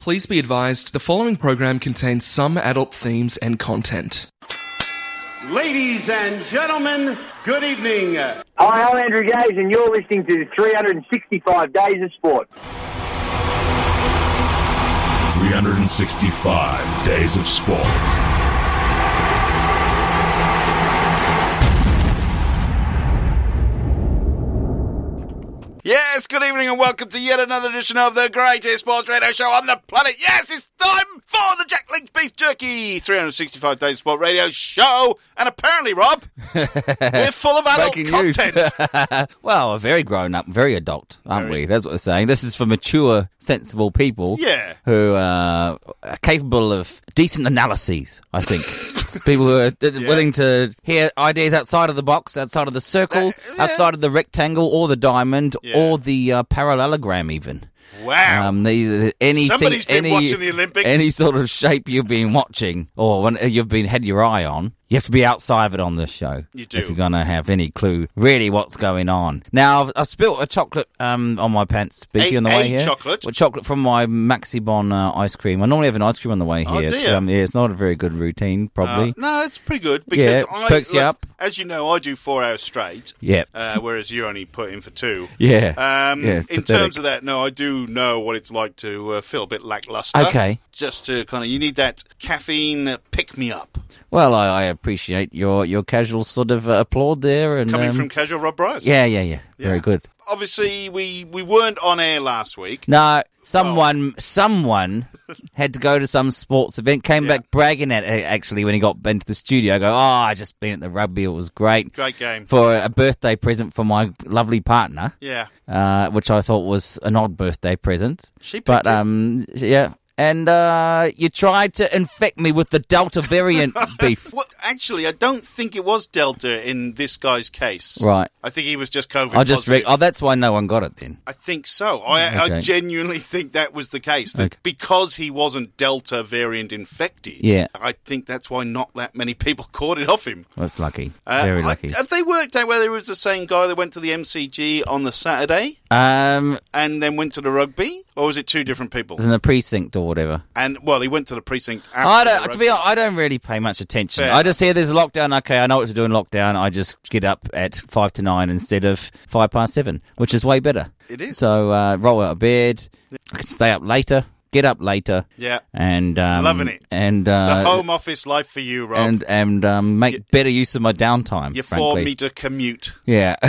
Please be advised the following program contains some adult themes and content. Ladies and gentlemen, good evening. Hi, I'm Andrew Gaze, and you're listening to 365 Days of Sport. 365 Days of Sport. Yes, good evening and welcome to yet another edition of the greatest sports radio show on the planet. Yes, it's time for the Jack Links Beef Jerky 365 Days Sport Radio Show. And apparently, Rob, we're full of adult Breaking news. content. Well, a very grown up, very adult, aren't we? That's what we're saying. This is for mature, sensible people. Yeah. Who uh, are capable of decent analyses, I think. people who are uh, willing to hear ideas outside of the box, outside of the circle, outside of the rectangle or the diamond Yeah. or the uh, parallelogram, even. wow. Um, the, any Somebody's been any, watching the Olympics. Any sort of shape you've been watching or when uh, you've been had your eye on, you have to be outside of it on this show. You do. If you're going to have any clue really what's going on. Now, I've, I've spilt a chocolate um, on my pants. Speaking A- on the way a here. chocolate? Well, chocolate from my Maxi Bon uh, ice cream. I normally have an ice cream on the way Oh, here. do It's, you? um, yeah, it's not a very good routine, probably. Uh, no, it's pretty good because Yeah, I perks you up. As you know, I do four hours straight. Yep. Uh, whereas you only put in for two. Yeah. Um, Yeah, in it's pathetic. terms of that, no, I do know what it's like to uh, feel a bit lackluster. Okay. Just to kind of, you need that caffeine pick me up Well, I, I appreciate your, your casual sort of uh, applaud there. And, coming um, from casual Rob Bryce. yeah, yeah, yeah. Yeah. Very good. Obviously, we we weren't on air last week. No, Oh. someone, someone had to go to some sports event. Came Yeah. back bragging at eh, actually when he got into the studio. I go, oh, I just been at the rugby. It was great Great game. for a birthday present for my lovely partner, Yeah. uh, which I thought was an odd birthday present. She picked but it. um, yeah, and uh, you tried to infect me with the Delta variant beef. Well, actually, I don't think it was Delta in this guy's case. Right. I think he was just COVID. I just re- positive. oh, that's why no one got it then. I think so. I, I Okay. genuinely think that was the case. That Okay. Because he wasn't Delta variant infected, Yeah. I think that's why not that many people caught it off him. That's lucky. Uh, Very I- lucky. have they worked out whether it was the same guy that went to the MCG on the Saturday um, and then went to the rugby? Or was it two different people? in the precinct or whatever. And, well, he went to the precinct after I the don't. To be rugby. honest, I don't really pay much attention. Fair I just hear there's a lockdown. Okay, I know what to do in lockdown. I just get up at five to nine instead of five past seven, which is way better. It is. So uh, roll out of bed. I can stay up later. Get up later. Yeah. And um, Loving it. And The uh, home office life for you, Rob. and and um, make better use of my downtime. your frankly. four meter commute. Yeah.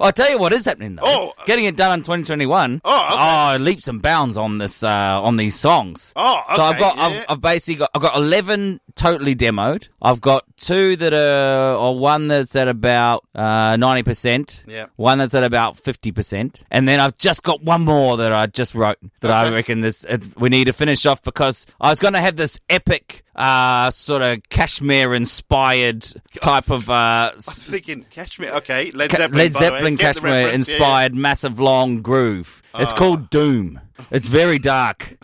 I'll tell you what is happening though. Oh. Getting it done in 2021. Oh, okay. Oh, leaps and bounds on this uh, on these songs. Oh, So okay, I've got yeah. I've, I've basically got I've got 11 totally demoed. I've got two that are or one that's at about uh, 90%. Yeah. One that's at about 50%. And then I've just got one more that I just wrote that I reckon this it, we need to finish off because I was going to have this epic uh, sort of cashmere inspired type of uh, s- Thinking, catch me. Okay, Led Ca- Zeppelin. Led by the way. Zeppelin Get the Cashmere reference, yeah, Ah. yeah. inspired massive long groove. It's called Doom. It's very dark.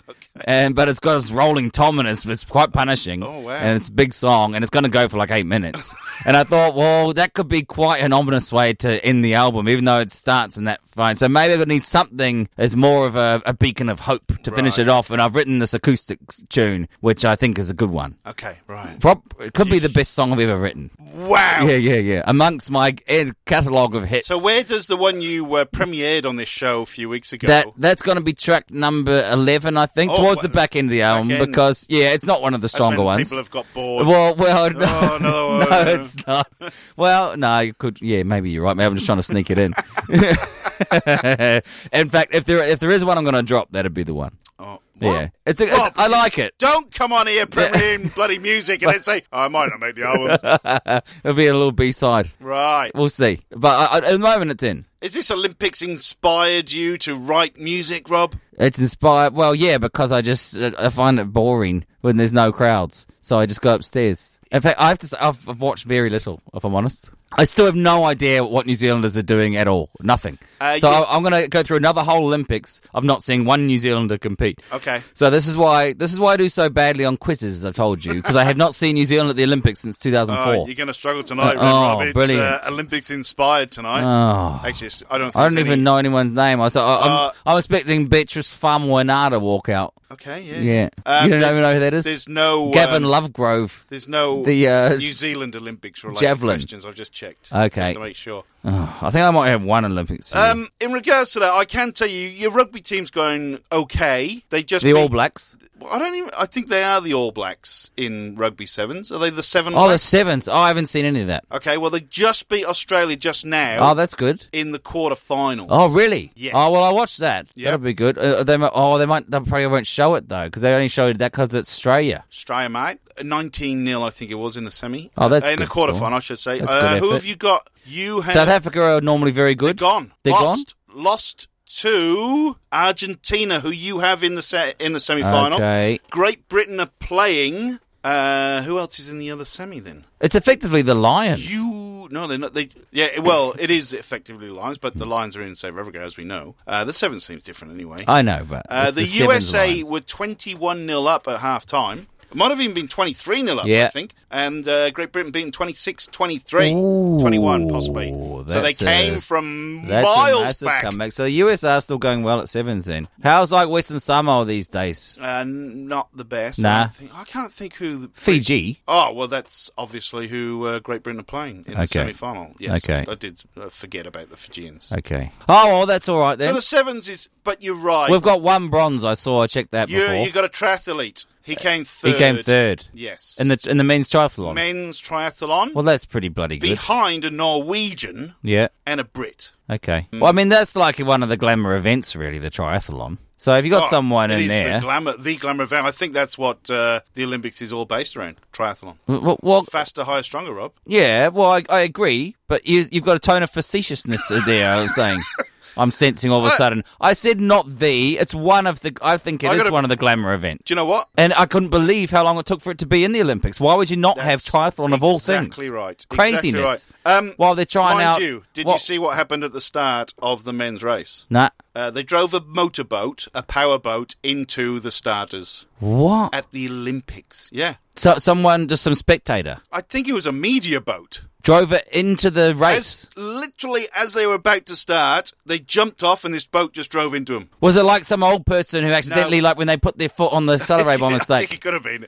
And but it's got this rolling tom and it's, it's quite punishing. Oh, wow. And it's a big song and it's going to go for like 8 minutes. and I thought, well, that could be quite an ominous way to end the album even though it starts in that fine. So maybe I need something as more of a, a beacon of hope to finish Right. it off and I've written this acoustic s- tune which I think is a good one. Okay, right. Prob- it could be the best song I've ever written. Wow. Yeah, yeah, yeah. Amongst my catalogue of hits. So where does the one you uh, premiered on this show a few weeks ago? That that's going to be track number eleven, I think, Oh, towards wha- the back end of the back album end. because yeah, it's not one of the That's when stronger ones. People have got bored. Well, well, no, Oh, no, no, no. it's not. Well, no, you could. Yeah, maybe you're right. Maybe I'm just trying to sneak it in. in fact, if there if there is one, I'm going to drop. That'd be the one. oh, what? Yeah, it's, a, it's Rob, I like it. Don't come on here premiering bloody music and then say, "I might not make the album." It'll be a little B side. right? We'll see. But I, I, at the moment, it's in. Is this Olympics inspired you to write music, Rob? It's inspired. Well, yeah, because I just uh, I find it boring when there's no crowds, so I just go upstairs. In fact, I have to. Say, I've, I've watched very little, if I'm honest. I still have no idea what New Zealanders are doing at all. Nothing. Uh, so you- I, I'm going to go through another whole Olympics of not seeing one New Zealander compete. Okay. So this is why this is why I do so badly on quizzes. as I've told you because I have not seen New Zealand at the Olympics since Oh, 2004. you're going to struggle tonight, Uh, Red Rob. oh, It's, brilliant. Uh, Olympics inspired tonight. Oh. Actually, it's- I don't. Think I there's don't any- even know anyone's name. I, so I, I'm, Uh, I'm expecting Beatrice Famuanada walk out. Okay, yeah. Yeah. Um, you don't there's- even know who that is? There's no Gavin um, Lovegrove. There's no the, uh, New Zealand Olympics related javelin. questions. I've just checked. Okay. just to make sure. Oh, I think I might have one Olympics. Um, in regards to that, I can tell you your rugby team's going okay. They just the beat- All Blacks. Well, I don't even. I think they are the All Blacks in rugby sevens. Are they the seven? Oh, the Blacks? seventh. Oh, I haven't seen any of that. okay. Well, they just beat Australia just now Oh, that's good. in the quarterfinals. Oh, really? Yes. Oh, well, I watched that. Yep. That'll be good. Uh, they might, oh, they might. They probably won't show it though, because they only showed that because it's Australia. Australia, mate, nineteen 0 I think it was in the semi. Oh, that's in the good quarterfinal, score. I should say. That's Uh, good who effort. have you got? You have South Africa are normally very good. gone. They're lost, Lost to Argentina, who you have in the se- in the semi final. Okay. Great Britain are playing. Uh, who else is in the other semi then? It's effectively the Lions. You no, they're not. They yeah. Well, it is effectively the Lions, but the Lions are in South Africa, as we know. Uh, the seven seems different anyway. I know, but Uh, it's the, Sevens USA Lions. were 21 0 up at half time. It might have even been 23 0 up, I Yeah. think. And uh, Great Britain beating 26 23, Ooh, 21 possibly. So they that's a- came from That's a miles massive back. comeback. So the US are still going well at sevens. Then how's like Western Samoa these days? Uh, n- not the best. I, Nah. don't think- I can't think who. The, Fiji. oh, well, that's obviously who uh, Great Britain are playing in the Okay. semi final. Yes, Okay. I did uh, forget about the Fijians. Okay. Oh, well, that's all right So then. the sevens is. But you're right. We've got one bronze. I saw. I checked that You, before. you got a triathlete. He came third. he came third Yes. in the in the men's triathlon. men's triathlon. well, that's pretty bloody good. behind a Norwegian yeah. and a Brit. Okay. Mm. Well, I mean, that's like one of the glamour events, really, the triathlon. So if you got Oh, someone it in is there, the glamour, the glamour event. I think that's what uh, the Olympics is all based around: triathlon, well, well, faster, higher, stronger. Rob, yeah. Well, I, I agree, but you, you've got a tone of facetiousness in there. I'm saying. I'm sensing all of a sudden. I said not the. It's one of the. I think it Uh, I is gotta- one of the glamour events. do you know what? And I couldn't believe how long it took for it to be in the Olympics. Why would you not have That's triathlon of all things? Exactly right. Craziness. Exactly right. Um, While they're trying mind out. you, did you what- see what happened at the start of the men's race? Nah. Uh, they drove a motorboat, a powerboat, into the starters What? at the Olympics. Yeah, So, someone, just some spectator, I think it was a media boat. drove it into the race. As literally as they were about to start, they jumped off and this boat just drove into them. Was it like some old person who accidentally, like when they put their foot on the accelerator Yeah, by I think mistake? it could have been.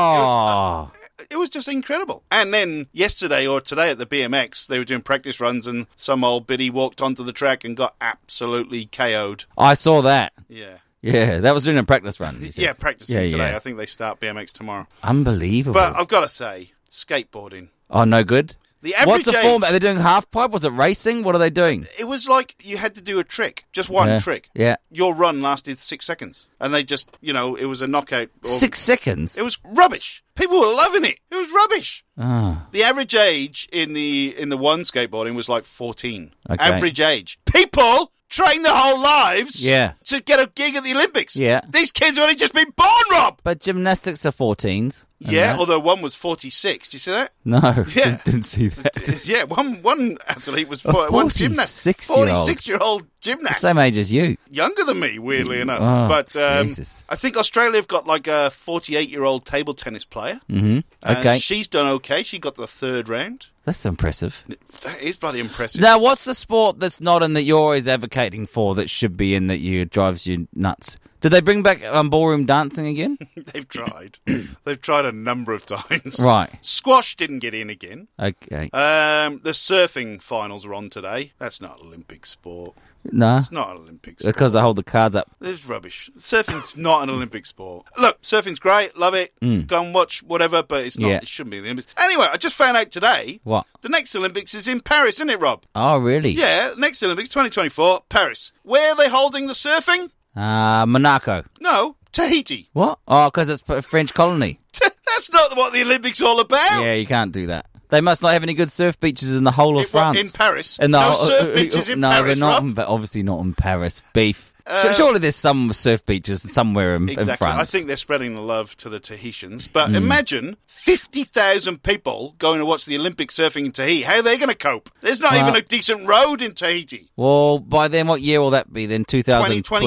Oh, It was uh, just incredible. And then yesterday or today at the BMX, they were doing practice runs, and some old biddy walked onto the track and got absolutely KO'd. I saw that. Yeah. Yeah, that was during a practice run. you said. Yeah, practicing Yeah, today. yeah. I think they start BMX tomorrow. Unbelievable. But I've got to say, skateboarding. oh, no good. The What's average the age- format? Are they doing half pipe? Was it racing? What are they doing? It was like you had to do a trick, just one Yeah. trick. Yeah. Your run lasted six seconds, and they just, you know, it was a knockout. Or... Six seconds. It was rubbish. People were loving it. It was rubbish. Ah. The average age in the in the one skateboarding was like fourteen. Okay. Average age. People train their whole lives Yeah. to get a gig at the Olympics. Yeah. These kids have only just been born, Rob. But gymnastics are 14s. and yeah, that. although one was forty six. Do you see that? No, Yeah. didn't, didn't see that. yeah, one one athlete was A fo- one gymnast. 46-year-old. six year old gymnast. Same age as you. Younger than me, weirdly enough. Oh, but um, Jesus. I think Australia have got like a forty eight year old table tennis player. hmm And Okay, she's done okay. She got the third round. that's impressive. That is bloody impressive. Now, what's the sport that's not in that you're always advocating for that should be in that you drives you nuts? Did they bring back um, ballroom dancing again? They've tried. They've tried a number of times. Right. Squash didn't get in again. Okay, Um, the surfing finals are on today. That's not Olympic sport. no, It's not an Olympic sport. because they hold the cards up. It's rubbish. Surfing's not an Olympic sport. Look, surfing's great. Love it. Go and watch whatever, but it's not. Hmm. Yeah. It shouldn't be in the Olympics. Anyway, I just found out today. What? The next Olympics is in Paris, isn't it, Rob? Oh, really? Yeah, next Olympics, 2024, Paris. Where are they holding the surfing? Uh, Monaco. No, Tahiti. What? Oh, because it's a French colony. That's not what the Olympics all about. Yeah, you can't do that. They must not have any good surf beaches in the whole of It- what, France. in Paris? In No whole- surf beaches in no, Paris, but not, Rob? Uh, in- but obviously not in Paris. Beef. Su- Surely there's some surf beaches somewhere in, Hmm. in Exactly. France. I think they're spreading the love to the Tahitians. But imagine 50,000 people going to watch the Olympic surfing in Tahiti. How are they going to cope? There's not Well- even a decent road in Tahiti. Well, by then, what year will that be? Then 2024.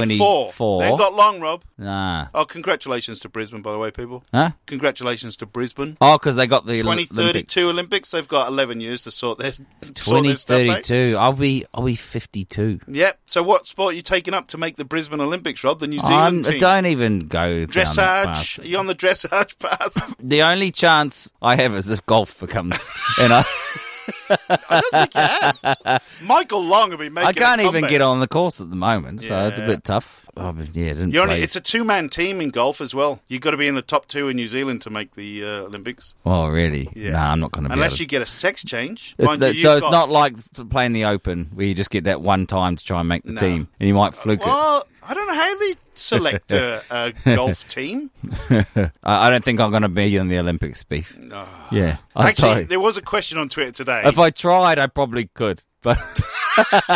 2024. They've got long, Rob. nah. Oh, congratulations to Brisbane, by the way, people. Huh? Congratulations to Brisbane. Oh, because they got the Oli- 2032 Olympics. Olympics. They've got 11 years to sort their, sort their stuff eh? out. 2032. I'll be I'll be 52. Yep. So what sport are you taking up to make make the Brisbane Olympics, Rob? The New I'm, Zealand team. don't even go down that path. dressage. Are you on the dressage path? The only chance I have is if golf becomes, and I, I don't think you have. Michael Long will be making. I can't a even comeback. get on the course at the moment, so it's a Yeah. bit tough. Oh, but yeah, I didn't You're on, play- it's a two-man team in golf as well. You've got to be in the top two in New Zealand to make the uh, Olympics, oh, really? Yeah. Nah, I'm not going to. unless be you get a sex change. able to- It's Mind that- you, so you've it's got- not like f- playing the Open where you just get that one time to try and make the No. team, and you Uh, might fluke it. Well, I don't know how they select a, a golf team. I, I don't think I'm going to be in the Olympics, beef. Yeah, I'm Actually, sorry. there was a question on Twitter today. If I tried, I probably could, but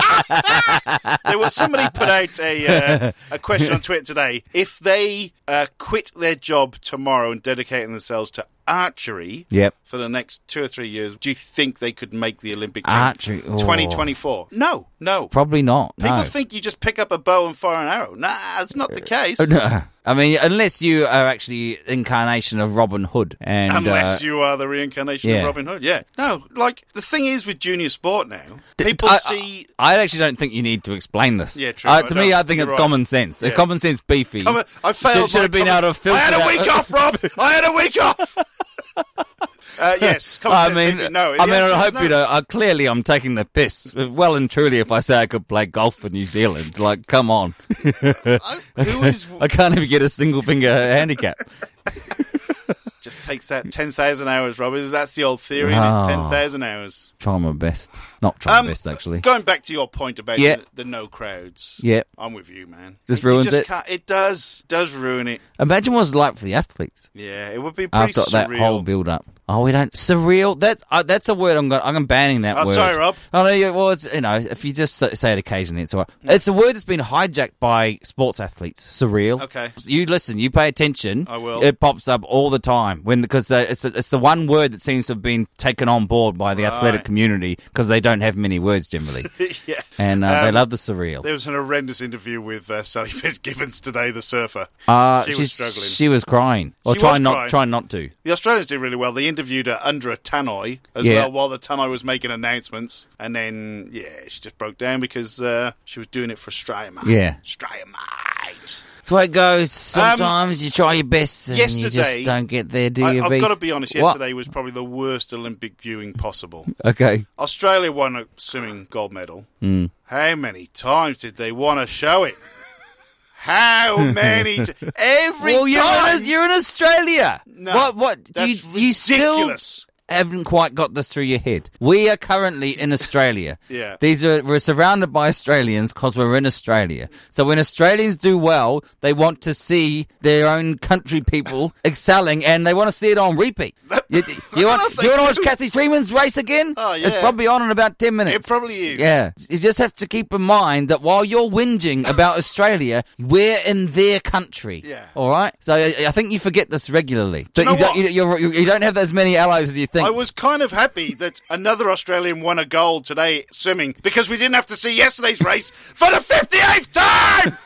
there was somebody put out a uh, a question on Twitter today. If they uh, quit their job tomorrow and dedicating themselves to archery, Yep. for the next two or three years, do you think they could make the Olympic Archery, oh. twenty twenty four? No, no. probably not. People no. Uh, think you just pick up a bow and fire an arrow. Nah, that's not the case. oh, No. I mean, unless you are actually incarnation of Robin Hood, and Unless uh, you are the reincarnation yeah. of Robin Hood, yeah. No, like the thing is with junior sport now, d- people I, see I actually don't think you need to explain this. Yeah, true, Uh, I to me, don't. I think You're it's right. common sense. Uh, Yeah. Common sense, beefy. Come on, I failed. Should, should my have been common- out of filter. Uh, I had a week off, Rob. I had a week off. Uh, yes, common I sense mean, thinking, no. I The mean, answer I is hope no. you know. Uh, clearly, I'm taking the piss. uh, Well and truly, if I say I could play golf for New Zealand, like, come on, I- Who is I can't even get a single finger handicap. just takes that ten thousand hours, Rob? Is that's the old theory? No. Ten thousand hours. Try my best, not try my best actually. Um, Going back to your point about Yeah. the, the no crowds. Yeah. I'm with you, man. Just You ruins just it. Can't, it does does ruin it. Imagine what it's like for the athletes. Yeah, it would be pretty after surreal. that whole build up. Oh, we don't surreal. That's uh, that's a word I'm going. I'm banning that Oh, word. sorry, Rob. Oh no, yeah, well, it's, you know, if you just s- say it occasionally, it's all right. It's a word that's been hijacked by sports athletes. Surreal. Okay. You listen. You pay attention. I will. It pops up all the time when because uh, it's it's the one word that seems to have been taken on board by the athletic Right. community because they don't have many words generally, yeah. and uh, they Um, love the surreal. There was an horrendous interview with uh, Sally Fitzgibbons today, the surfer. Uh, she was she's- struggling. She was crying. Or She try was not crying. try not to. The Australians did really well. They interviewed her under a tannoy as Yeah. well while the tannoy was making announcements. And then, yeah, she just broke down because uh, she was doing it for Australia, mate. Yeah. Australia, mate. That's where it goes. Sometimes you try your best and you just Um, yesterday- don't get there, do I, you? I've Beef? got to be honest, What? yesterday was probably the worst Olympic viewing possible. Okay. Australia won a swimming gold medal. How many times did they want to show it? How many? T- every Well, you're time. in, you're in Australia. No, what? What? Do that's you, you still ridiculous. haven't quite got this through your head. We are currently in Australia. Yeah. These are we're surrounded by Australians because we're in Australia. So when Australians do well, they want to see their own country people excelling, and they want to see it on repeat. You, you want if they you want to watch do. Kathy Freeman's race again? Oh, It's yeah. probably on in about ten minutes. It probably is. Yeah. You just have to keep in mind that while you're whinging about Australia, we're in their country. Yeah. All right? So I, I think you forget this regularly. But you you, know don't, you, what? you're, you you don't have as many allies as you think. I was kind of happy that another Australian won a gold today swimming because we didn't have to see yesterday's race for the 58th time!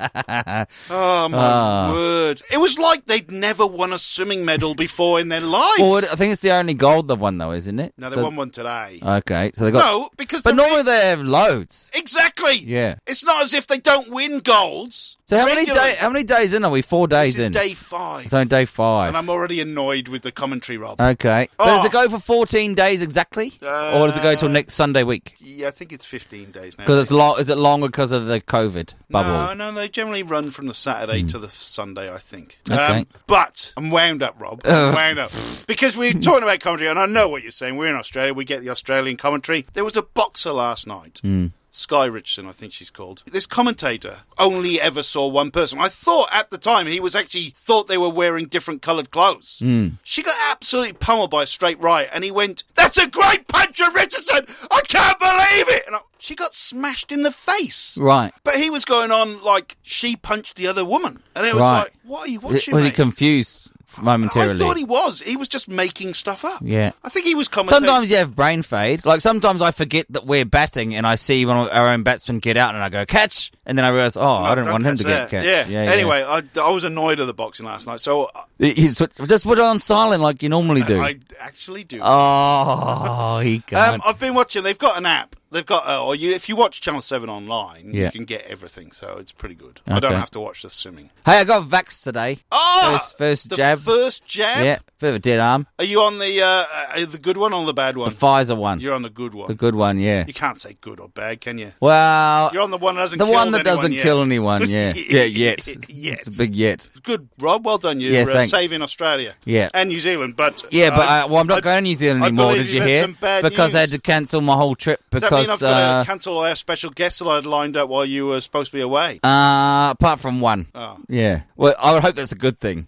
oh, my word. It was like they'd never won a swimming medal before in their lives. Or I think it's the only gold they've won, though, isn't it? no, they So- Ah. won one today. Okay. So they got. no, because But the normally re- they have loads. Exactly. Yeah. It's not as if they don't win golds. So how many, regularly. day, how many days in are we? Four days This is in. day five. So Uh, day five. And I'm already annoyed with the commentary, Rob. Okay. But does Oh. it go for 14 days exactly? or does it Uh, go till next Sunday week? yeah, I think it's 15 days now. Because it's long, is it longer because of the COVID bubble? Hmm. No, no, they generally run from the Saturday to the Sunday, I think. Okay. Uh. Um, but I'm wound up, Rob. I'm wound up. Because we're talking about commentary, and I know what you're saying. We're in Australia, we get the Australian commentary. There was a boxer last night. Hmm. Sky Richardson, I think she's called. This commentator only ever saw one person. I thought at the time he was actually thought they were wearing different coloured clothes. Hmm. She got absolutely pummeled by a straight right, and he went, "That's a great puncher, Richardson! I can't believe it!" And I, she got smashed in the face. Right. But he was going on like she punched the other woman, and it was Right. like, "What are you Was watching?" he mate?" confused I momentarily? thought he was. He was just making stuff up. Yeah. I think he was commenting. Sometimes you have brain fade. Like sometimes I forget that we're batting, and I see one of our own batsmen get out, and I go catch, and then I realize, oh, I don't, want him catch to that. get catch. Yeah. anyway, I, I was annoyed at the boxing last night, so I, yeah. You switch- just put it on silent like you normally do. I actually do. oh, he um, can't. I've been watching. They've got an app They've got, uh, or you, if you watch Channel 7 online, Yeah. you can get everything, so it's pretty good. I don't Okay. have to watch the swimming. Hey, I got vax today. Oh! First- first the jab. First jab? Yeah, bit of a dead arm. Are you on the uh, uh, the good one or the bad The one? Pfizer one. You're on the good one. the good one, yeah. You can't say good or bad, can you? Well, You're on the one that doesn't the kill one that anyone doesn't yet. kill anyone, yeah. yeah, yet. Yet. It's a big yet. Good, Rob. Well done. You're Yeah, uh, thanks. saving Australia. Yeah. And New Zealand, but. Yeah, but I- uh, well, I'm not I- going to New Zealand I anymore. believe you've Did you had hear? some bad because I had news. to cancel my whole trip Does that mean because I've got uh, to cancel our special guest that I'd lined up while you were supposed to be away? uh, apart from one. Oh. Yeah. Well, I would hope that's a good thing.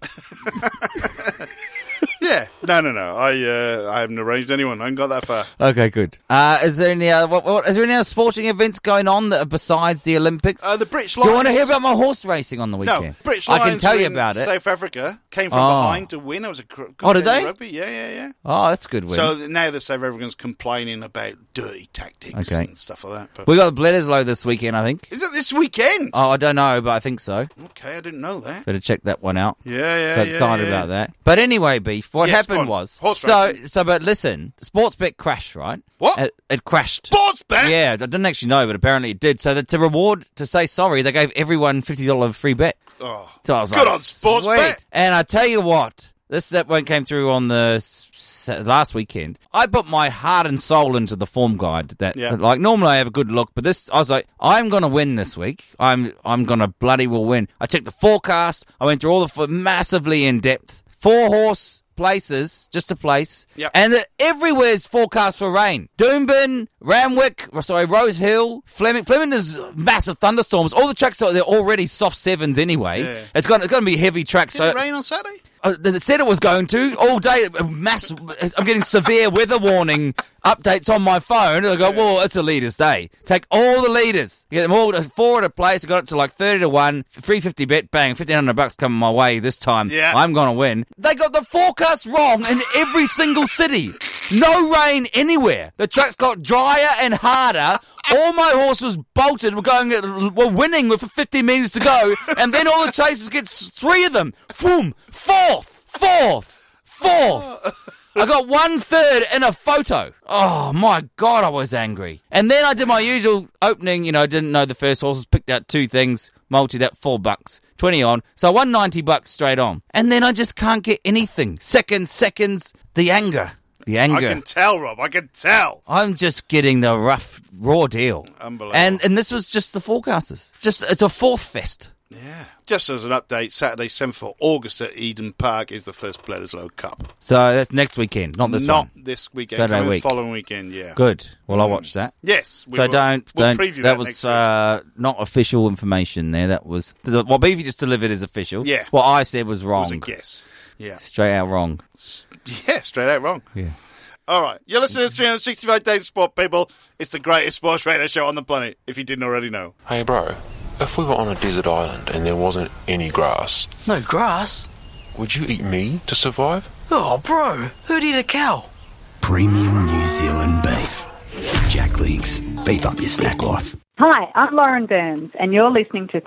yeah. No, no, no. I uh, I haven't arranged anyone. I haven't got that far. Okay, good. Uh, is there any other, what, what, is there any other sporting events going on that are besides the Olympics? Uh, the British Do you want to Lions- hear about my horse racing on the No, weekend? British I can Lions tell were you in about it. South Africa came from Oh. behind to win. It was a gr- good Oh, did game of they? Rugby. Yeah, yeah, yeah. Oh, that's a good win. So th- now the South Africans complaining about dirty tactics Okay. and stuff like that. But we got the Bledisloe this weekend, I think. is it this weekend? Oh, I don't know, but I think so. Okay, I didn't know that. Better check that one out. Yeah, yeah. so yeah, excited yeah. about that. But anyway, Beef, what Yes, go on. happened was Horse so racing. so. But listen, Sportsbet crashed, right? What? It, it crashed. Sports bet. yeah, I didn't actually know, but apparently it did. So that to reward to say sorry, they gave everyone fifty dollar free bet. Oh. So I was Good like, on Sportsbet. sweet. And I tell you what, this that one came through on the s- s- last weekend. I put my heart and soul into the form guide. That Yeah. like normally I have a good look, but this I was like, I'm gonna win this week. I'm I'm gonna bloody well win. I checked the forecast. I went through all the fo- massively in depth four horse. Places, just a place, Yep. and the, everywhere's forecast for rain. Doomben, Ramwick, or sorry, Rose Hill, Fleming. Fleming is massive thunderstorms. All the tracks are they're already soft sevens anyway. Yeah. It's going it's going to be heavy tracks. Did So it rain on Saturday? uh, it said it was going to all day. uh, Mass. I'm getting severe weather warning updates on my phone. I go, well, it's a leaders day. Take all the leaders, get them all to four at a place. I got it to like thirty to one, three fifty bet, bang, fifteen hundred bucks coming my way this time. Yeah. I'm gonna win. They got the forecast wrong in every single city. No rain anywhere. The tracks got drier and harder. All my horses bolted. We're going. We're winning with 50 meters to go, and then all the chasers get s- three of them. Boom! Fourth, fourth, Oh. fourth. I got one third in a photo. Oh my god, I was angry. And then I did my usual opening. You know, I didn't know the first horses. Picked out two things. Multi that four bucks, twenty on. So I won ninety bucks straight on. And then I just can't get anything. Seconds, seconds. The anger. The anger. I can tell, Rob. I can tell. I'm just getting the rough, raw deal. Unbelievable. And and this was just the forecasters. Just it's a fourth fest. Yeah. Just as an update, Saturday, 7th of August at Eden Park is the first Bledisloe Cup. So that's next weekend, not this Not one. this weekend. Saturday coming week. following weekend, yeah. Good. Well, I watched that. Yes. we so will. don't We'll don't. preview that, that, next was week. uh, not official information. There, that was the, what Beavy just delivered is official. Yeah. What I said was It wrong. was a guess. Yeah. Straight out wrong. Yeah, straight out wrong. Yeah. All right. You're listening to 365 Days of Sport, people. It's the greatest sports radio show on the planet, if you didn't already know. Hey, bro, if we were on a desert island and there wasn't any grass, No grass? would you eat me to survive? Oh, bro, who'd eat a cow? Premium New Zealand beef. Jack Leagues. Beef up your snack life. Hi, I'm Lauren Burns, and you're listening to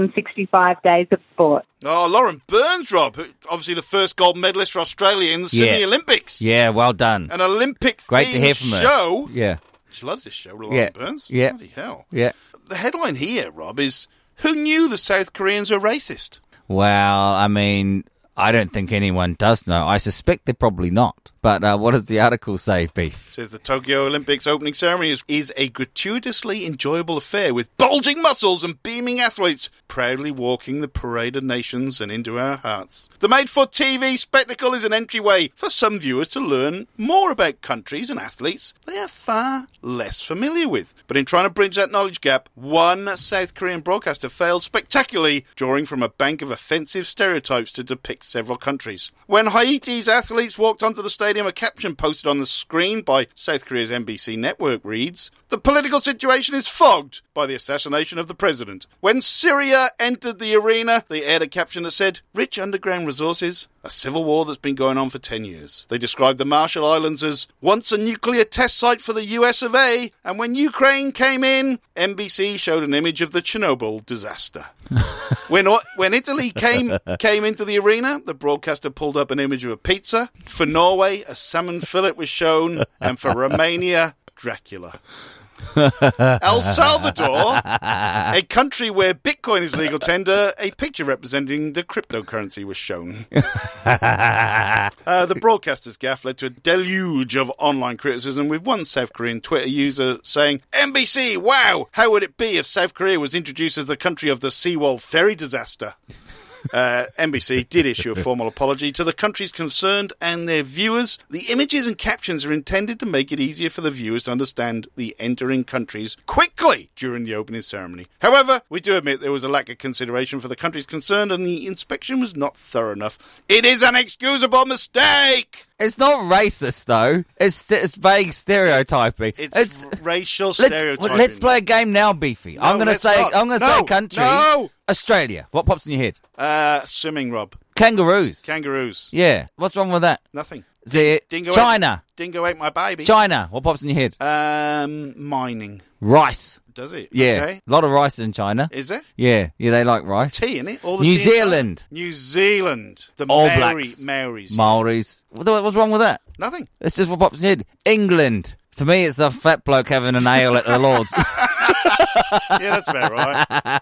365 Days of Sport. Oh, Lauren Burns, Rob, who- obviously the first gold medalist for Australia in the Sydney Yeah. Olympics. Yeah. Well done. An Olympic Great to hear from her. show. Yeah. She loves this show, Lauren Yeah. Burns. Yeah. Bloody hell. Yeah. The headline here, Rob, is Who knew the South Koreans were racist? Well, I mean, I don't think anyone does know. I suspect they're probably not. But uh, what does the article say, Beef? Says the Tokyo Olympics opening ceremony is, is a gratuitously enjoyable affair with bulging muscles and beaming athletes proudly walking the parade of nations and into our hearts. The made for TV spectacle is an entryway for some viewers to learn more about countries and athletes they are far less familiar with. But in trying to bridge that knowledge gap, one South Korean broadcaster failed spectacularly, drawing from a bank of offensive stereotypes to depict several countries. When Haiti's athletes walked onto the stadium, a caption posted on the screen by South Korea's NBC network reads The political situation is fogged by the assassination of the president. When Syria entered the arena, they aired a caption that said, Rich underground resources, a civil war that's been going on for 10 years. They described the Marshall Islands as once a nuclear test site for the US of A, and when Ukraine came in, NBC showed an image of the Chernobyl disaster. when o- when Italy came came into the arena, the broadcaster pulled up an image of a pizza. For Norway, a salmon fillet was shown, and for Romania, Dracula. El Salvador, a country where Bitcoin is legal tender, a picture representing the cryptocurrency was shown. Uh, the broadcaster's gaffe led to a deluge of online criticism, with one South Korean Twitter user saying, NBC, wow, how would it be if South Korea was introduced as the country of the Seawall ferry disaster? Uh, NBC did issue a formal apology to the countries concerned and their viewers. The images and captions are intended to make it easier for the viewers to understand the entering countries quickly during the opening ceremony. However, we do admit there was a lack of consideration for the countries concerned and the inspection was not thorough enough. It is an excusable mistake! It's not racist though. It's it's vague stereotyping. It's, r- racial let's, stereotyping. let's play a game now, Beefy. I'm gonna let's say not. I'm gonna No, say a country. no. Australia. What pops in your head? Uh, swimming, Rob. Kangaroos. Kangaroos. yeah. What's wrong with that? Nothing. Is it Dingo ate- China? Dingo ate my baby. China. What pops in your head? um, mining. rice. Does it? Yeah. Okay. A lot of rice in China. Is it? yeah. Yeah. They like rice. tea in it. All the New tea in it? Zealand. New Zealand. The All Maori, Blacks. Maoris. Maoris. What the- What's wrong with that? Nothing. It's just what pops in your head. England. To me, it's the fat bloke having an ale at the Lords. Yeah, that's about right.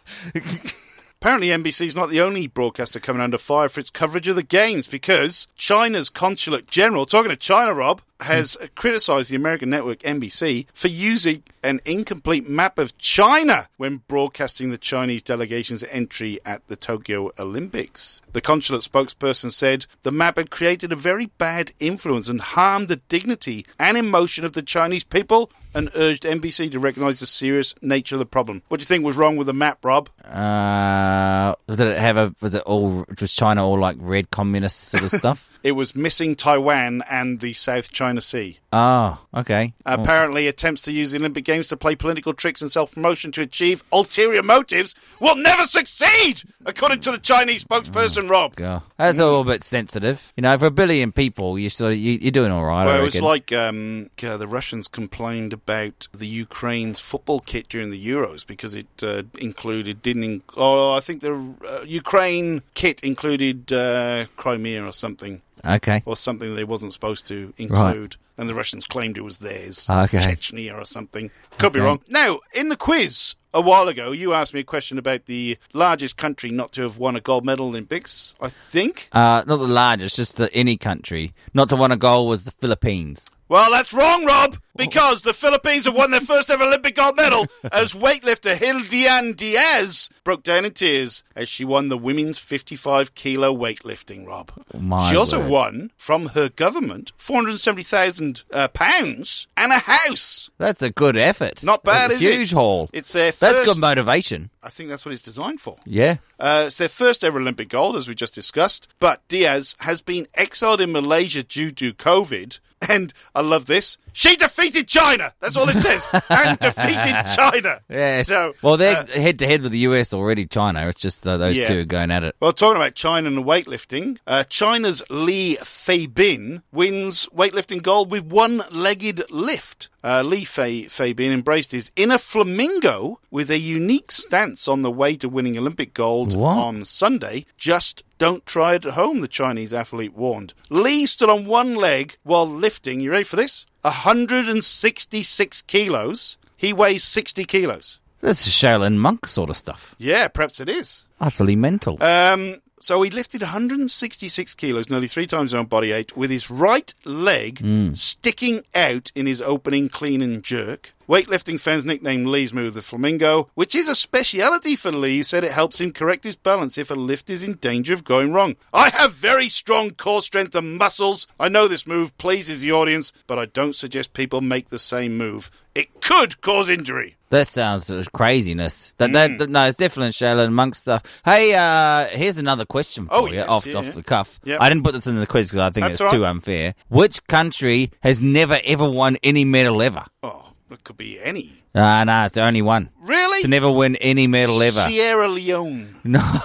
Apparently, NBC's not the only broadcaster coming under fire for its coverage of the games because China's consulate general, talking to China, Rob, has criticised the American network NBC for using an incomplete map of China when broadcasting the Chinese delegation's entry at the Tokyo Olympics. The consulate spokesperson said the map had created a very bad influence and harmed the dignity and emotion of the Chinese people and urged NBC to recognise the serious nature of the problem. What do you think was wrong with the map, Rob? uh, did it have a? Was it all? Was China all like red communist sort of stuff? It was missing Taiwan and the South China Sea. Uh. Oh, okay. Apparently, attempts to use the Olympic Games to play political tricks and self promotion to achieve ulterior motives will never succeed, according to the Chinese spokesperson, Rob. Yeah. That's a little bit sensitive. You know, for a billion people, you sort of, you, you're doing all right. I Well, it was reckon. like um, uh, the Russians complained about the Ukraine's football kit during the Euros because it uh, included didn't. In- oh, I think the uh, Ukraine kit included uh, Crimea or something, okay. or something they wasn't supposed to include, and the Russians claimed it was theirs, Okay. Chechnya or something. Could be wrong. Now, in the quiz. A while ago, you asked me a question about the largest country not to have won a gold medal Olympics. I think. Uh, not the largest, just the any country. Not to win a goal was the Philippines. Well, that's wrong, Oh. Rob, because the Philippines have won their first ever Olympic gold medal as weightlifter Hildian Diaz broke down in tears as she won the women's 55 kilo weightlifting, Rob. Oh, My she also word. won from her government 470,000 uh, pounds and a house. That's a good effort. Not bad, That's is a it? Huge haul. It's their That's first- good motivation. I think that's what it's designed for. Yeah. Uh, it's their first ever Olympic gold, as we just discussed. But Diaz has been exiled in Malaysia due to COVID. And I love this. She defeated China. That's all it says. and defeated China. Yes. So, well, they're uh, head to head with the US already. China. It's just uh, those Yeah. two going at it. well, talking about China and weightlifting, uh, China's Li Feibin wins weightlifting gold with one-legged lift. Uh, Li Fei Feibin embraced his inner flamingo with a unique stance on the way to winning Olympic gold What? on Sunday. Just don't try it at home, the Chinese athlete warned. Li stood on one leg while lifting. You ready for this? 166 kilos. He weighs 60 kilos. This is Shaolin monk sort of stuff. Yeah, perhaps it is. Utterly mental. Um, so he lifted 166 kilos, nearly three times his own body weight, with his right leg Hmm. sticking out in his opening clean and jerk. Weightlifting fans nicknamed Lee's move the flamingo, which is a speciality for Lee, who said it helps him correct his balance if a lift is in danger of going wrong. I have very strong core strength and muscles. I know this move pleases the audience, but I don't suggest people make the same move. It could cause injury. That sounds sort of craziness. That, Mm. that, that- no, it's definitely Shaolin monk stuff. Hey, uh, here's another question for Oh, you, yes, off yeah, off yeah. the cuff. Yep. I didn't put this in the quiz because I think That's it's too all right. unfair. Which country has never ever won any medal ever? Oh, it could be any. Ah, no, it's the only one to Really? never win any medal ever. Sierra Leone. No,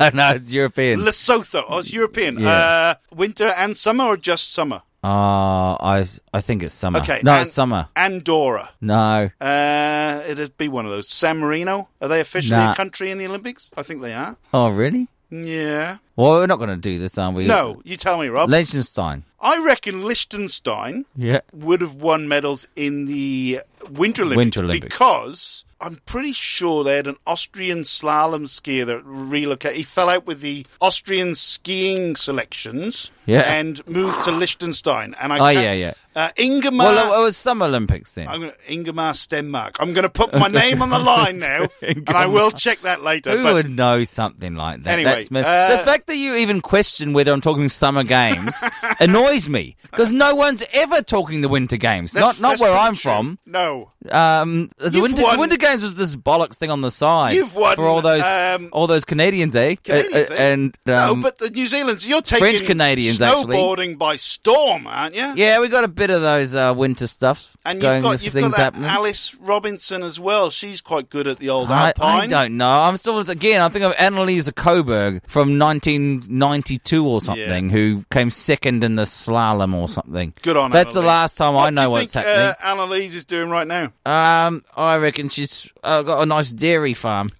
no, it's European. Lesotho. Oh, it's European. Yeah. Uh, winter and summer, or just summer? Oh, I I think it's summer. Okay. no, An- it's summer. Andorra. No, Uh, it'd be one of those. San Marino. Are they officially Nah. a country in the Olympics? I think they are. oh really? Yeah. Well, we're not going to do this, are we? No, you tell me, Rob. Liechtenstein. I reckon Liechtenstein Yeah. would have won medals in the Winter Olympics, Winter Olympics. because I'm pretty sure they had an Austrian slalom skier that relocated. He fell out with the Austrian skiing selections Yeah. and moved to Liechtenstein. And I Oh, can't- yeah, yeah. Uh, Ingemar. Well, it was Summer Olympics then. I'm gonna, Ingemar Stenmark. I'm going to put my name on the line now, and I will check that later. Who but would know something like that? Anyway, That's me- uh, the fact that you even question whether I'm talking summer games annoys me because no one's ever talking the winter games. that's- not not that's where pretty I'm true. from. No, Um, the You've winter, won- winter games was this bollocks thing on the side You've won, for all those um, all those Canadians, eh? Canadians, Uh, uh, eh? and no, um, but the New Zealanders, you're taking French Canadians, actually. snowboarding by storm, aren't you? yeah, we got a bit of those uh, winter stuff um, And going you've got with you've things got that happening. Alice Robinson as well. She's quite good at the old I, alpine. I don't know. I'm still again. I think of Annalisa Coburg from 1992 or something, who came second in the slalom or something. Good on. That's the Annalise. last time What I do know you what's think, happening. Uh, Annalise is doing right now. um, I reckon she's uh, got a nice dairy farm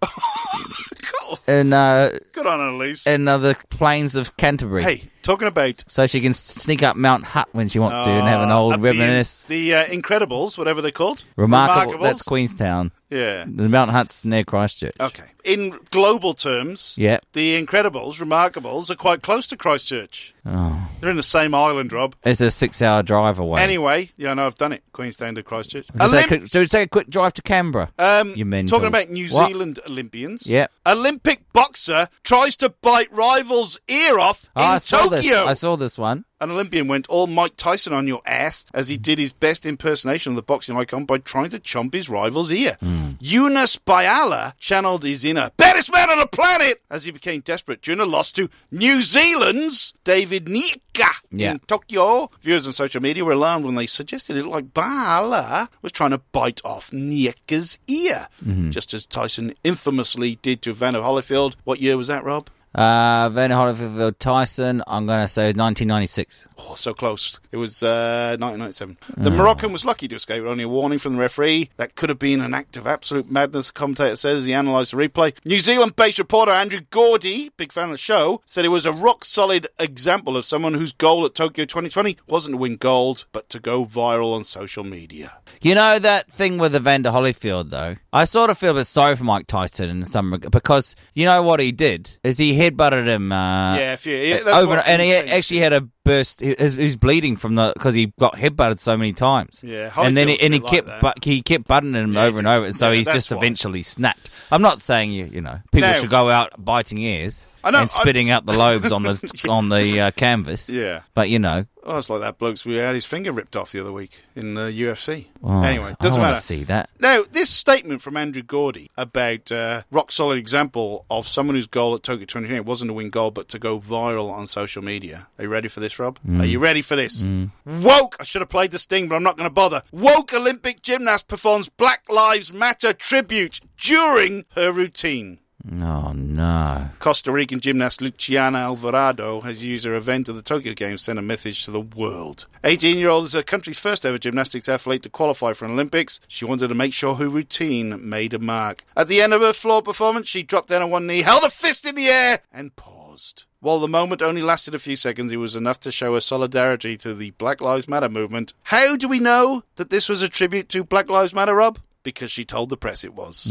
Cool. in uh, Good on Annalise. in uh, the plains of Canterbury. hey, talking about So she can s- sneak up Mount Hutt when she wants to and have an uh, old the- reminisce. The, uh, Incredibles, whatever they're called. Remarkable. Remarkables. That's Queenstown. Yeah. The Mount Hutt's near Christchurch. Okay. In global terms, Yeah. the Incredibles, Remarkables, are quite close to Christchurch. Oh. They're in the same island, Rob. It's a six-hour drive away. Anyway, yeah, I know I've done it. Queenstown to Christchurch. So Olymp- take a- so take a quick drive to Canberra. Um, You mental. talking about New What? Zealand Olympians. Yep. Olympic boxer tries to bite rival's ear off Oh, in I saw Tokyo. this. I saw this one. An Olympian went all Mike Tyson on your ass as he did his best impersonation of the boxing icon by trying to chomp his rival's ear. Yunus Biala channeled his inner baddest man on the planet as he became desperate during a loss to New Zealand's David Nika Yeah. in Tokyo. Viewers on social media were alarmed when they suggested it looked like Biala was trying to bite off Nika's ear, just as Tyson infamously did to Vander Holyfield. What year was that, Rob? Uh, Vander Holyfield Tyson. I'm going to say 1996. Oh, so close. It was uh, 1997. The Mm. Moroccan was lucky to escape with only a warning from the referee. That could have been an act of absolute madness, the commentator said as he analysed the replay. New Zealand based reporter Andrew Gordy, big fan of the show, said it was a rock solid example of someone whose goal at Tokyo 2020 wasn't to win gold, but to go viral on social media. You know that thing with the Vander Holyfield though. I sort of feel a bit sorry for Mike Tyson in some reg- because you know what he did is he headbutted him. Uh, yeah, if you. Yeah, that's Over what and he I'm saying. actually had a burst. He, he's- he's bleeding from the because he got headbutted so many times. Yeah, and then he, Holyfield's a and he bit like kept that. but he kept buttoning him over and over, and so Yeah, he's that's just why. eventually snapped. I'm not saying you you know people No. should go out biting ears I know, and I- spitting out the lobes on the on the uh, canvas. Yeah. but you know, Oh, it's like that bloke's we had his finger ripped off the other week in the UFC. oh, anyway, I doesn't want matter. to see that. Now, this statement from Andrew Gordy about uh, rock solid example of someone whose goal at Tokyo 2020 wasn't to win gold but to go viral on social media. Are you ready for this, Rob? Are you ready for this? Woke. I should have played the sting, but I'm not going to bother. Woke Olympic gymnast performs Black Lives Matter tribute during her routine. Oh no. Costa Rican gymnast Luciana Alvarado has used her event at the Tokyo Games to send a message to the world. 18 year old is her country's first ever gymnastics athlete to qualify for an Olympics. She wanted to make sure her routine made a mark. At the end of her floor performance, she dropped down on one knee, held a fist in the air, and paused. While the moment only lasted a few seconds, it was enough to show her solidarity to the Black Lives Matter movement. How do we know that this was a tribute to Black Lives Matter, Rob? Because she told the press it was.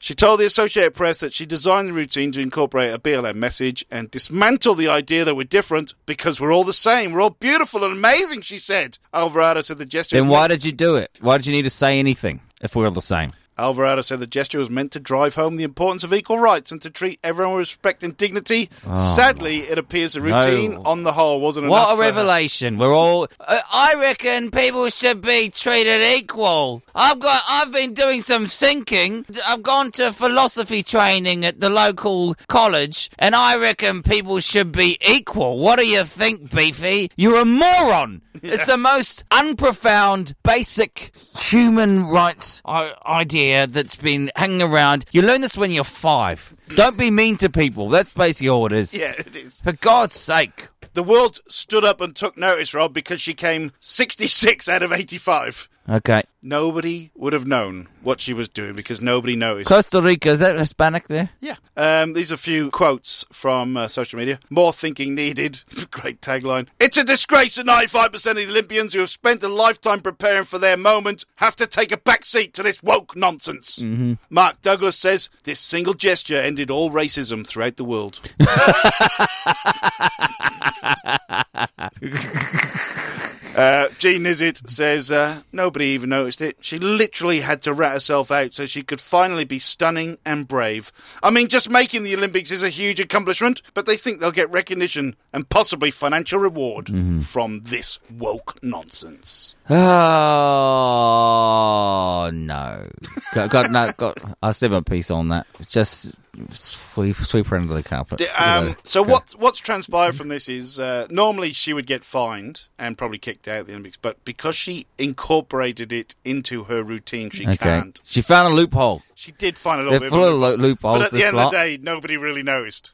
She told the Associated Press that she designed the routine to incorporate a BLM message and dismantle the idea that we're different because we're all the same. We're all beautiful and amazing, she said. Alvarado said the gesture. Then was why meant- did you do it? Why did you need to say anything if we're all the same? Alvarado said the gesture was meant to drive home the importance of equal rights and to treat everyone with respect and dignity. Sadly, it appears the routine Oh, No. on the whole wasn't enough. What a for her. revelation! We're all. I I reckon people should be treated equal. I've got. I've been doing some thinking. I've gone to philosophy training at the local college, and I reckon people should be equal. What do you think, Beefy? You're a moron. It's the most unprofound, basic human rights i- idea that's been hanging around. You learn this when you're five. Don't be mean to people. That's basically all it is. Yeah, it is. For God's sake. The world stood up and took notice, Rob, because she came 66 out of 85. Okay. Nobody would have known what she was doing because nobody noticed. Costa Rica, is that Hispanic there? Yeah. Um, these are a few quotes from uh, social media. More thinking needed. Great tagline. It's a disgrace that 95% of the Olympians who have spent a lifetime preparing for their moment have to take a back seat to this woke nonsense. Mark Douglas says this single gesture ended all racism throughout the world. Uh, Jean Nizzit says uh, nobody even noticed it. She literally had to rat herself out so she could finally be stunning and brave. I mean, just making the Olympics is a huge accomplishment, but they think they'll get recognition and possibly financial reward from this woke nonsense. Oh no! Got, got no. Got. I'll say my piece on that. Just sweep, sweep her under the carpet. D- Um, so what what's transpired from this is uh, normally she would get fined and probably kicked out of the Olympics, but because she incorporated it into her routine, she Okay. can't. She found a loophole. She did find a little They're bit of a full of loophole. lo- loopholes. But at the this end lot. of the day, nobody really noticed.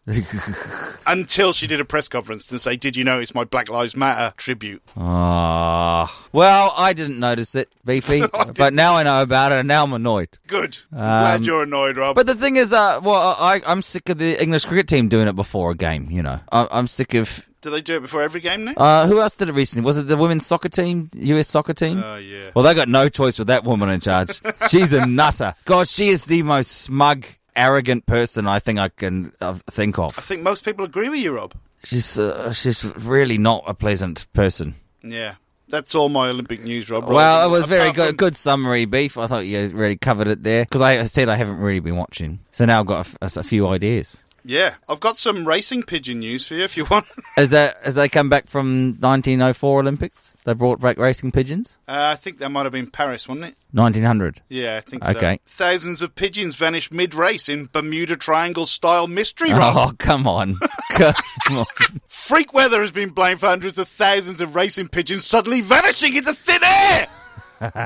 Until she did a press conference and say, "Did you notice my Black Lives Matter tribute?" Ah. well, I didn't notice it, BP, but now I know about it, and now I'm annoyed. Good. Glad you're annoyed, Rob. Um, But the thing is, uh, well, I, I'm sick of the English cricket team doing it before a game. You know, I, I'm sick of. do they do it before every game now? Uh, who else did it recently? Was it the women's soccer team, US soccer team? Oh yeah. Well, they got no choice with that woman in charge. She's a nutter. God, she is the most smug, arrogant person I think I can uh, think I of. think most people agree with you, Rob. She's uh, she's really not a pleasant person. Yeah. That's all my Olympic news, Rob. Well, it Rob, was very apart good. from- Good summary, beef. I thought you really covered it there because I said I haven't really been watching, so now I've got a f- a, s- a few ideas. Yeah, I've got some racing pigeon news for you if you want. As that as they come back from 1904 Olympics, they brought back racing pigeons. Uh, I think that might have been Paris, wasn't it? 1900. Yeah, I think so. Okay. Thousands of pigeons vanished mid-race in Bermuda Triangle-style mystery run. Oh, come on, come on. Freak weather has been blamed for hundreds of thousands of racing pigeons suddenly vanishing into thin air.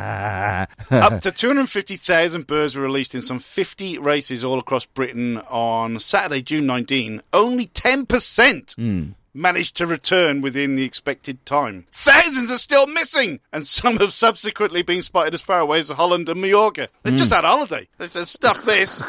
Up to 250,000 birds were released in some 50 races all across Britain on Saturday, June 19. Only 10% managed to return within the expected time. Thousands are still missing, and some have subsequently been spotted as far away as Holland and Mallorca. They just had a holiday. They said, stuff this.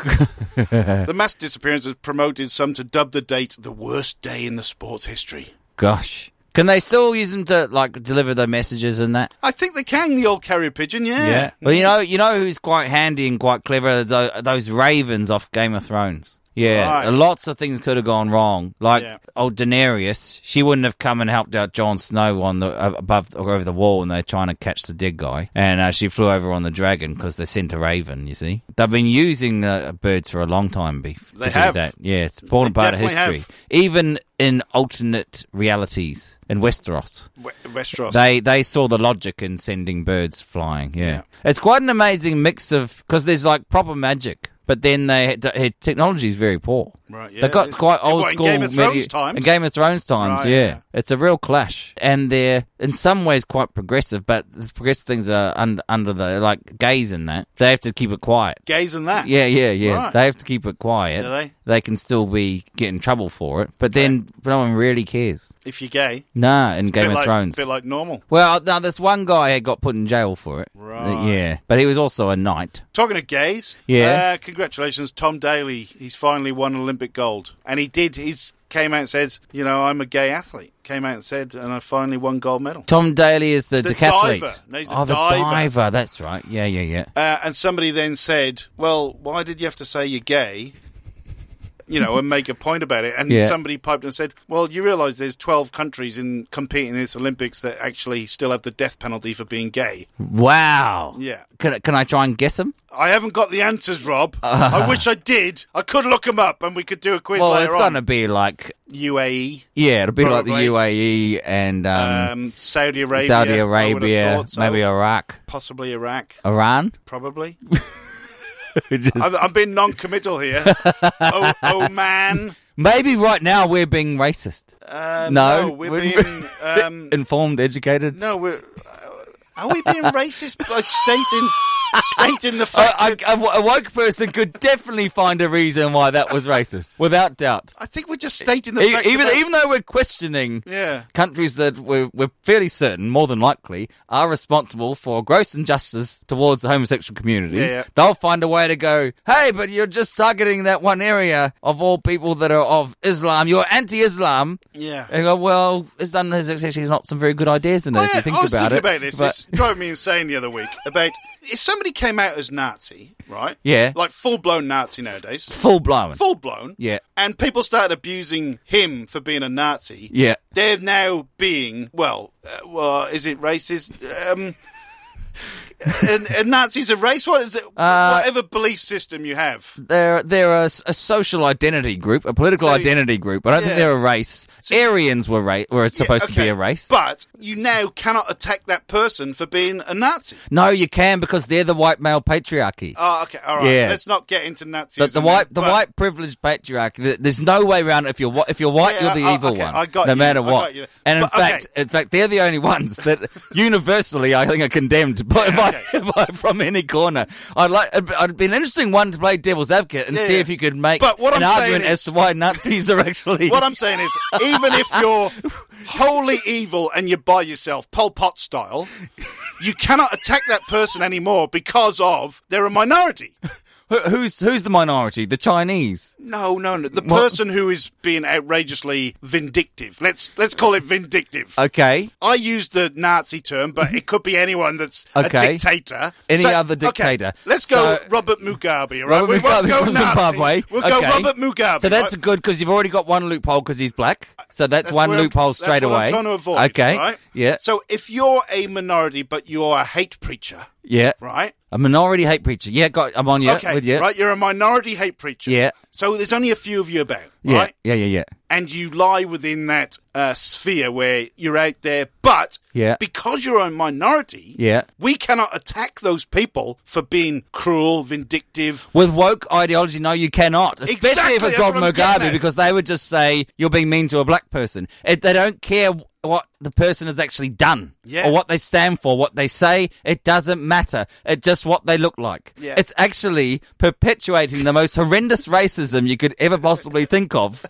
the mass disappearance has promoted some to dub the date the worst day in the sport's history. Gosh, can they still use them to like deliver their messages and that? I think they can, the old carrier pigeon, yeah. Well, you know, you know who's quite handy and quite clever? Tho- Those ravens off Game of Thrones. Yeah, Right. lots of things could have gone wrong. Like Yeah. old Daenerys, she wouldn't have come and helped out Jon Snow on the uh, above or over the wall when they're trying to catch the dead guy, and uh, she flew over on the dragon because they sent a raven. You see, they've been using uh, birds for a long time. Beef. They to do have. that. Yeah, it's an important They part of definitely have. history, even in alternate realities in Westeros. We- Westeros. They they saw the logic in sending birds flying. Yeah, it's quite an amazing mix of because there's like proper magic, but then they had, their technology is very poor. Right, yeah, they've got it's- quite well, old in school. Game of medi- Thrones times. in Game of Thrones times, Right, yeah. yeah. it's a real clash, and they're in some ways quite progressive, but the progressive things are under, under the like gaze in that they have to keep it quiet. Gays and that. Yeah, yeah, yeah. Right. They have to keep it quiet. Do they? can still be get in trouble for it, but then no one really cares. If you're gay. Nah, in Game bit of like, Thrones, bit like normal. well, now this one guy had got put in jail for it. Right. Yeah, but he was also a knight. Talking of gays, Yeah. Uh, congratulations, Tom Daly. He's finally won Olympic gold, and he did. He's came out and said, "You know, I'm a gay athlete." Came out and said, "And I finally won gold medal." Tom Daly is the, The decathlete. diver. No, he's a oh, the diver. diver. That's right. Yeah, yeah, yeah. Uh, and somebody then said, "Well, why did you have to say you're gay?" You know, and make a point about it. And Yeah. somebody piped and said, "Well, you realise there's 12 countries in competing in this Olympics that actually still have the death penalty for being gay." Wow. Yeah. Can I- can I try and guess him? I haven't got the answers, Rob. I wish I did. I could look them up, and we could do a quiz Uh. well, later it's on. gonna be like UAE. yeah, it'll be like Probably. the UAE and um, um, Saudi Arabia, I would Saudi have Arabia, thought so. maybe Iraq, possibly Iraq, Iran. probably. Just- I'm, I'm being non-committal here. oh, oh man, maybe right now we're being racist. um, No, we're we're- being um, Informed, educated. no, we're uh, are we being racist by stating straight in the A, face. a, a- a woke person could definitely find a reason why that was racist, without doubt. I think we're just stating the E- fact Even about- even though we're questioning Yeah. countries that we're, we're fairly certain, more than likely, are responsible for gross injustice towards the homosexual community, Yeah, yeah. they'll find a way to go, hey, but you're just targeting that one area of all people that are of Islam. You're anti Islam. Yeah. And go, well, Islam has actually not some very good ideas in it Oh, if yeah, you think I was about thinking it. about this. But- This drove me insane the other week. About if somebody came out as Nazi, right? Yeah. like full blown Nazi nowadays, full blown. full blown. Yeah. and people started abusing him for being a Nazi. Yeah. they're now being well. Uh, well, is it racist? Um, and, and Nazis a race? What is it? Uh, Whatever belief system you have. They're, they're a, s- a social identity group, a political So- identity group. I don't think yeah. they're a race. Aryans were ra- were supposed Yeah, to be okay. a race. but you now cannot attack that person for being a Nazi. no, you can because they're the white male patriarchy. Oh, okay, all right. Yeah. Let's not get into Nazism. But the white, the but- white privileged patriarch. th- There's no way around it. If you're whi- if you're white, Yeah, you're the I- I- evil okay, one. I got no you, matter I what. got you. And in But, okay. fact, in fact, they're the only ones that universally I think are condemned by, by, by- from any corner. I'd like. It'd, be- it'd be an interesting one to play devil's advocate and Yeah, see yeah. if you could make But what an I'm saying argument is- as to why Nazis are actually. What I'm saying is, even if you're wholly evil and you're by yourself, Pol Pot style, you cannot attack that person anymore because of they're a minority. Who- who's who's the minority? The Chinese. No, no, no. The What? person who is being outrageously vindictive. Let's let's call it vindictive. Okay. I use the Nazi term, but it could be anyone that's Okay. a dictator. Any So- other okay, dictator. let's go So- Robert Mugabe. all Right? Robert we won't Mugabe go from Nazi. Zimbabwe. We'll Okay. go Robert Mugabe. So that's right? good because you've already got one loophole because he's black. So that's, That's one where I'm- loophole that's straight what away. I'm trying to avoid. Okay. right? Yeah. So if you're a minority but you're a hate preacher, yeah. right? A minority hate preacher. Yeah. Got. I'm on you. okay. With you. Right. You're a minority hate preacher. Yeah. So there's only a few of you about, Yeah. right? Yeah. Yeah. Yeah. And you lie within that uh, sphere where you're out there, but Yeah. because you're a minority, Yeah. we cannot attack those people for being cruel, vindictive. With woke ideology, no, you cannot. Especially if Exactly, it's that's Rob what I'm getting Mugabe, at. because they would just say you're being mean to a black person. It, they don't care what the person has actually done Yeah. or what they stand for, what they say. It doesn't matter. It's just what they look like. Yeah. It's actually perpetuating the most horrendous racism you could ever possibly think of.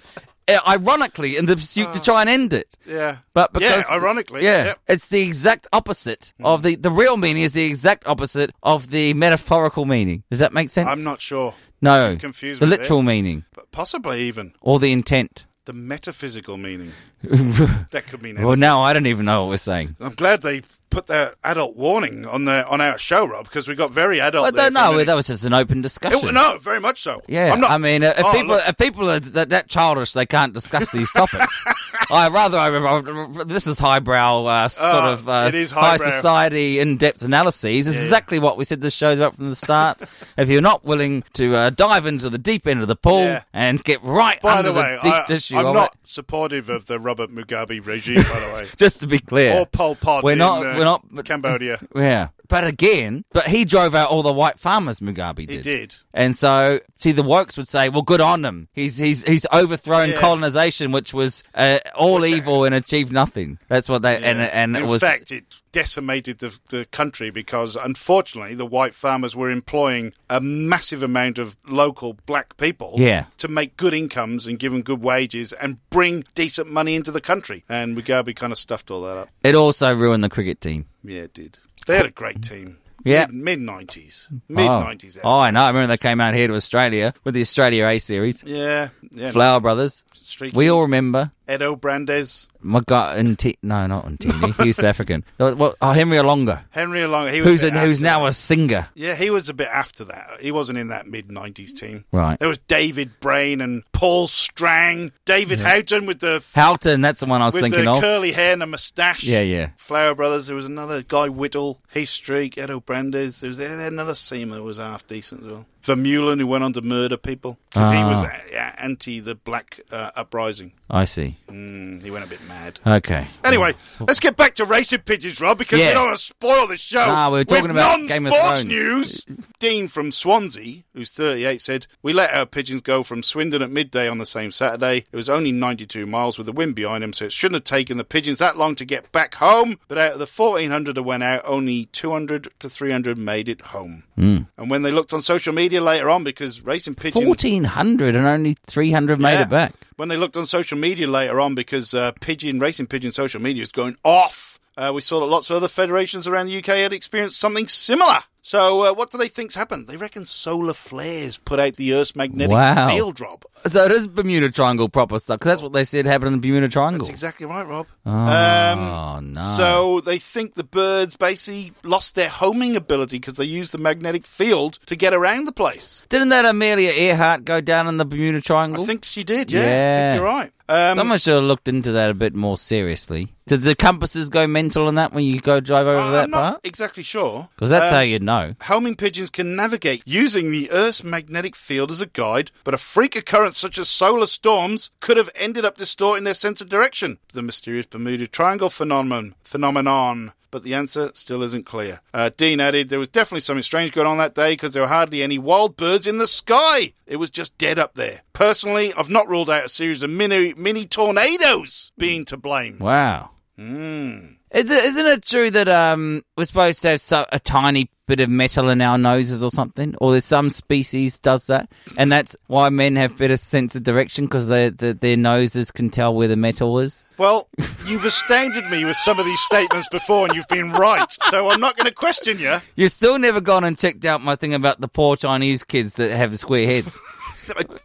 uh, Ironically, in the pursuit to try and end it. Uh. Yeah. But Yeah, because ironically, yeah, yep. it's the exact opposite of Hmm. the the real meaning is the exact opposite of the metaphorical meaning. Does that make sense? I'm not sure. No, You've confused the me there. literal meaning But possibly even or the intent. the metaphysical meaning. well, That could mean anything. now I don't even know what we're saying. I'm glad they put that adult warning on the on our show, Rob, because we got very adult. I there don't for a know. minute. That was just an open It- discussion. no, very much so. Yeah, I'm not, I mean, uh, if Oh, people look, if people are that, that childish, they can't discuss these topics. I rather, I, I- this is highbrow uh, sort Oh, of uh, it is high highbrow. society in depth analyses. This is exactly what we said this show's about from the start. if you're not willing to uh, dive into the deep end of the pool Yeah. and get right by under the way, deep I, issue, I'm of not it- supportive of the Robert Mugabe regime, by the way, Just to be clear, or Pol Pot. We're in, not- uh, we're not- but- Cambodia. Yeah. But again, but he drove out all the white farmers, Mugabe did. He did. And so, see, the wokes would say, well, good on him. He's, he's, he's overthrown Yeah. colonization, which was uh, all evil and achieved nothing. That's what they, and, and in it was. fact, it decimated the, the country because, unfortunately, the white farmers were employing a massive amount of local black people Yeah. to make good incomes and give them good wages and bring decent money into the country. And Mugabe kind of stuffed all that up. it also ruined the cricket team. Yeah, it did. They had a great team. Yeah. Mid 90s. Mid 90s. Oh. oh, I know. I remember they came out here to Australia with the Australia A series. Yeah. yeah Flower Brothers. Streaky. We all remember. Edo Brandes. My guy, Nti- no, not Ntini. He was African. Well, oh, Henry Alonga, Henry Along. He was who's, a a, bit who's after now that. a singer. Yeah, he was a bit after that. He wasn't in that mid 90s team. Right. There was David Brain and Paul Strang, David Houghton with the. Houghton, that's the one I was with thinking the of. curly hair and a moustache. Yeah, yeah. Flower Brothers. There was another Guy Whittle, Heath Streak, Edo Brandes. There was there, there another seaman who was half decent as well. Vermeulen, who went on to murder people because he Ah. was a- yeah, anti the black uh, uprising. I see. Mm, he went a bit mad. Okay. Anyway, let's get back to racing pigeons, Rob, because Oh. Yeah. we don't want to spoil the show. Nah, we were talking with about non-sports Game of Thrones. news. Dean from Swansea, who's 38, said, We let our pigeons go from Swindon at midday on the same Saturday. It was only 92 miles with the wind behind him, so it shouldn't have taken the pigeons that long to get back home. But out of the 1,400 that went out, only 200 to 300 made it home. Hmm. And when they looked on social media later on, because racing pigeons. Fourteen hundred and only three hundred made Yeah. it back. When they looked on social media later on, because uh, pigeon racing pigeon social media is going off, uh, we saw that lots of other federations around the UK had experienced something similar. So, uh, what do they think's happened? They reckon solar flares put out the Earth's magnetic Wow. field drop. So it is Bermuda Triangle proper stuff. 'cause that's what they said happened in the Bermuda Triangle. That's exactly right, Rob. Um, Oh, no. So they think the birds basically lost their homing ability because they used the magnetic field to get around the place. Didn't that Amelia Earhart go down in the Bermuda Triangle? I think she did. Yeah, Yeah. I think you're right. Um, Someone should have looked into that a bit more seriously. Did the compasses go mental in that when you go drive over I- that I'm Uh, not e- part? exactly sure Because that's Um, how you'd know. Homing pigeons can navigate using the Earth's magnetic field as a guide, but a freak occurrence such as solar storms could have ended up distorting their sense of direction. The mysterious Bermuda Triangle phenomenon. Phenomenon. But the answer still isn't clear. Uh, Dean added, there was definitely something strange going on that day because there were hardly any wild birds in the sky. It was just dead up there. Personally, I've not ruled out a series of mini, mini tornadoes being to blame. Wow. Hmm. Is it, isn't it true that um, we're supposed to have so, a tiny bit of metal in our noses or something? Or there's some species does that, and that's why men have better sense of direction because their their noses can tell where the metal is. Well, you've astounded me with some of these statements before, and you've been right. So I'm not going to question you. You've still never gone and checked out my thing about the poor Chinese kids that have square heads.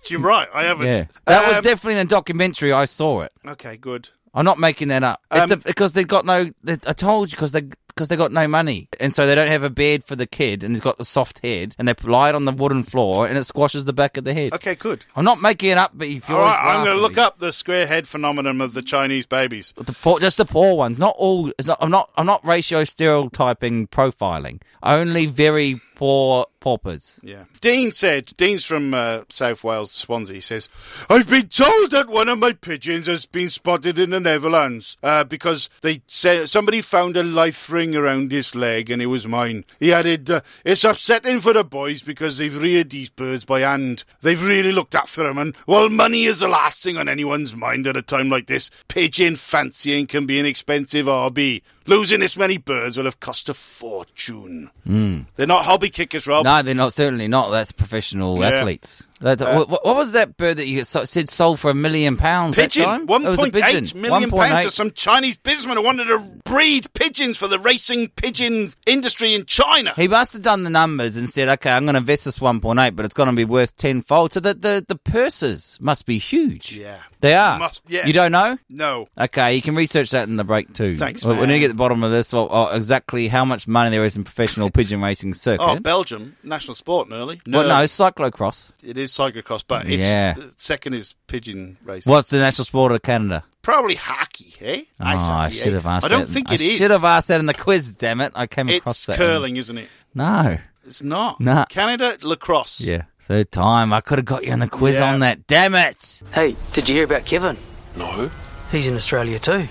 You're right. I haven't. yeah, that was Um, definitely in a documentary. I saw it. okay. Good. I'm not making that up. It's Um, the, because they got no. They, I told you because they because they got no money, and so they don't have a bed for the kid, and he's got the soft head, and they lie it on the wooden floor, and it squashes the back of the head. Okay. Good. I'm not making it up, but if you're All right. I'm going to look up the square head phenomenon of the Chinese babies. the poor, just the poor ones. Not all. It's not, I'm not. I'm not ratio stereotyping profiling. Only very poor paupers. Yeah. Dean said. Dean's from uh, South Wales, Swansea. He says, "I've been told that one of my pigeons has been spotted in the Netherlands uh, because they said somebody found a life ring around his leg, and it was mine." He added, uh, "It's upsetting for the boys because they've reared these birds by hand. They've really looked after them, and while money is the last thing on anyone's mind at a time like this, pigeon fancying can be an expensive hobby. Losing this many birds will have cost a fortune. They're not hobby kickers, Rob." No, they're not. Certainly not. That's professional Yeah. Uh, athletes. That, wha- wha- what was that bird that you so- said sold for a million pounds? That Pigeon, time? one It was a point pigeon. eight million pounds 1.8. to some Chinese businessman who wanted to breed pigeons for the racing pigeon industry in China. He must have done the numbers and said, "Okay, I'm going to invest this 1.8, but it's going to be worth tenfold." So the, the the purses must be huge. Yeah. they are. Must- yeah. You don't know? No, Okay, you can research that in the break too. Thanks, We're, we're man. going to get the bottom of this. Well, oh, exactly how much money there is in professional pigeon racing circuit? oh Belgium national sport nearly. No, well, no, cyclocross. it is cyclocross, but it's Yeah. the second is pigeon racing. What's the national sport of Canada? Probably hockey, eh? Oh, Ice I hockey, eh? should have asked. I don't that. think I it is. Should have asked that in the quiz. Damn it! I came across It's that. curling, isn't it? No. It's not. Nah. Canada lacrosse. Yeah. Third time. I could have got you in the quiz Yeah. on that. Damn it! Hey, did you hear about Kevin? No, He's in Australia too.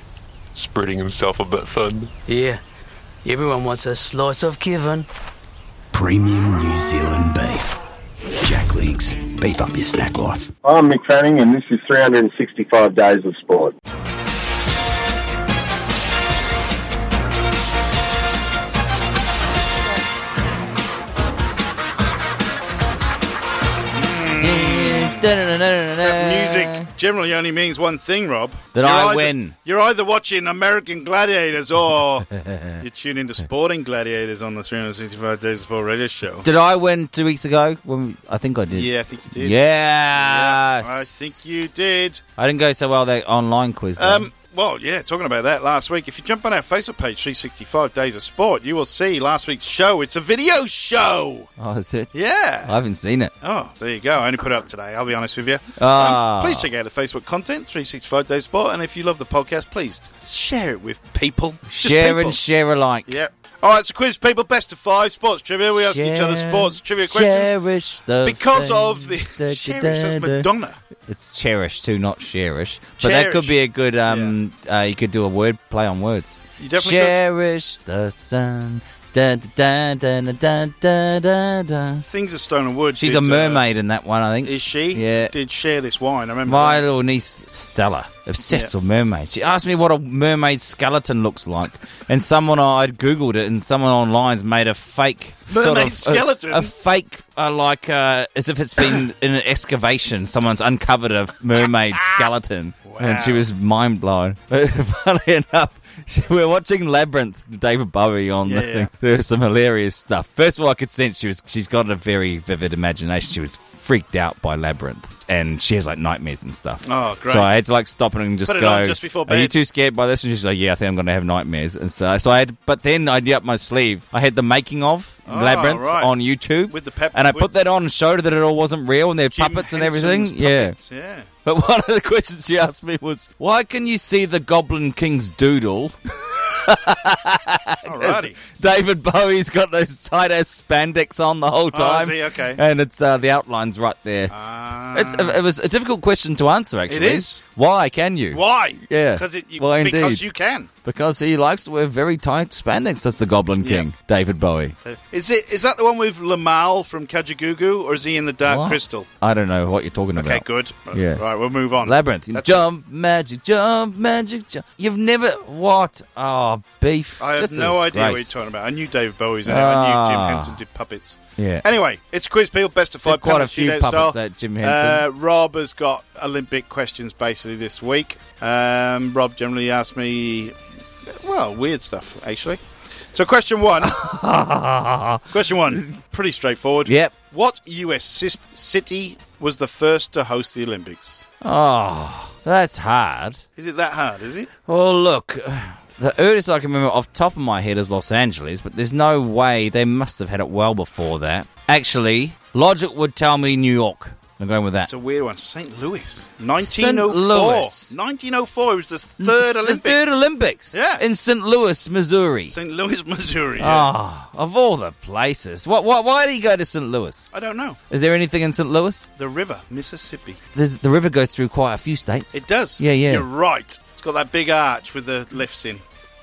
spreading himself a bit thin. Yeah. Everyone wants a slice of Kevin. Premium New Zealand beef. Jack Links. Beef up your snack life. I'm Mick Fanning, and this is 365 Days of Sport. Music. Music generally only means one thing, Rob. That You're I either- win. You're either watching American Gladiators or you tune into Sporting Gladiators on the 365 Days of Sport radio show. Did I win two weeks ago? When we, I think I did. Yeah, I think you did. Yes. I think you did. I didn't go so well that online quiz. though. Um, well, yeah, talking about that last week, if you jump on our Facebook page, 365 Days of Sport, you will see last week's show. It's a video show. oh, is it? Yeah. I haven't seen it. Oh, there you go. I only put it up today. I'll be honest with you. Um, Ah. please check out the Facebook content, 365 Days Sport. And if you love the podcast, please share it with people. Just Share people. and share alike. Yep. All right, so quiz people, best of five sports trivia. We ask each other Share- sports trivia questions. Cherish the Because of the. things that you Cherish says did. Madonna. It's cherish too, not cherish. But that Cherish. could be a good. Um, uh, you could do a word play on words. You definitely could. cherish the sun Da, da, da, da, da, da, da, da. Things of Stone and Wood. She's did, a uh, mermaid in that one, I think. is she? Yeah. Did share this wine. I remember. My that. little niece Stella, obsessed with mermaids. She asked me what a mermaid skeleton looks like, and someone I'd googled it, and someone online's made a fake sort Mermaid of- a- skeleton? A, fake, uh, like uh, as if it's been in an excavation. Someone's uncovered a mermaid skeleton, and she was mind blown. Funny enough. she- We were watching Labyrinth, David Bowie on the Yeah. thing. There was some hilarious stuff. First of all, I could sense she was she's got a very vivid imagination. She was freaked out by Labyrinth, and she has like nightmares and stuff. Oh, great. So I had to like stop her and just Put it go. on just before Are you bed." too scared by this? And she's like, Yeah, I think I'm going to have nightmares. And so, so I had, but then I did up my sleeve. I had the making of Labyrinth Oh, right. on YouTube With the pep- and I with- put that on and showed her that it all wasn't real and they're Jim puppets and Henson's everything. Yeah. puppets, yeah. But one of the questions she asked me was, "Why can you see the Goblin King's doodle?" Alrighty. David Bowie's got those tight ass spandex on the whole Oh, I time. see, okay. And it's uh, the outlines right there. Ah. it's, it was a difficult question to answer. Actually, is. Why can you? Why? Yeah. Because it. You, Why because indeed. you can. Because he likes to wear very tight spandex. That's the Goblin Yeah. King, David Bowie. Is it? Is that the one with Lamal from Kajagoogoo, or is he in the Dark What? Uh, Crystal? I don't know what you're talking about. Okay, good. Yeah. Right, we'll move on. Labyrinth. That's- jump, magic, jump, magic, jump. You've never what? Oh, beef. I have Just a no idea what you're disgrace. talking about. I knew David Bowie's in it. I knew Jim Ah. Henson did puppets. Yeah. Anyway, it's quiz people best of Did five. quite Puppet a few Shootout puppets, style. that Jim Henson. Uh, Rob has got Olympic questions basically this week. Um, Rob generally asks me, well, weird stuff actually. So question one. question one. Pretty straightforward. Yep. What U.S. cis- city was the first to host the Olympics? Oh, that's hard. Is it that hard? Is it? Well, look, the earliest I can remember off the top of my head is Los Angeles, but there's no way they must have had it well before that. Actually, logic would tell me New York. I'm going with that. It's a weird one. St. Louis. 1904. Louis. 1904 It was the third It's the Olympics. Third Olympics. Yeah. In St. Louis, Missouri. St. Louis, Missouri. yeah. Ah, of all the places. What, why why did he go to St. Louis? I don't know. Is there anything in St. Louis? The river, Mississippi. There's, the river goes through quite a few states. It does. Yeah, yeah. You're right. It's got that big arch with the lifts in.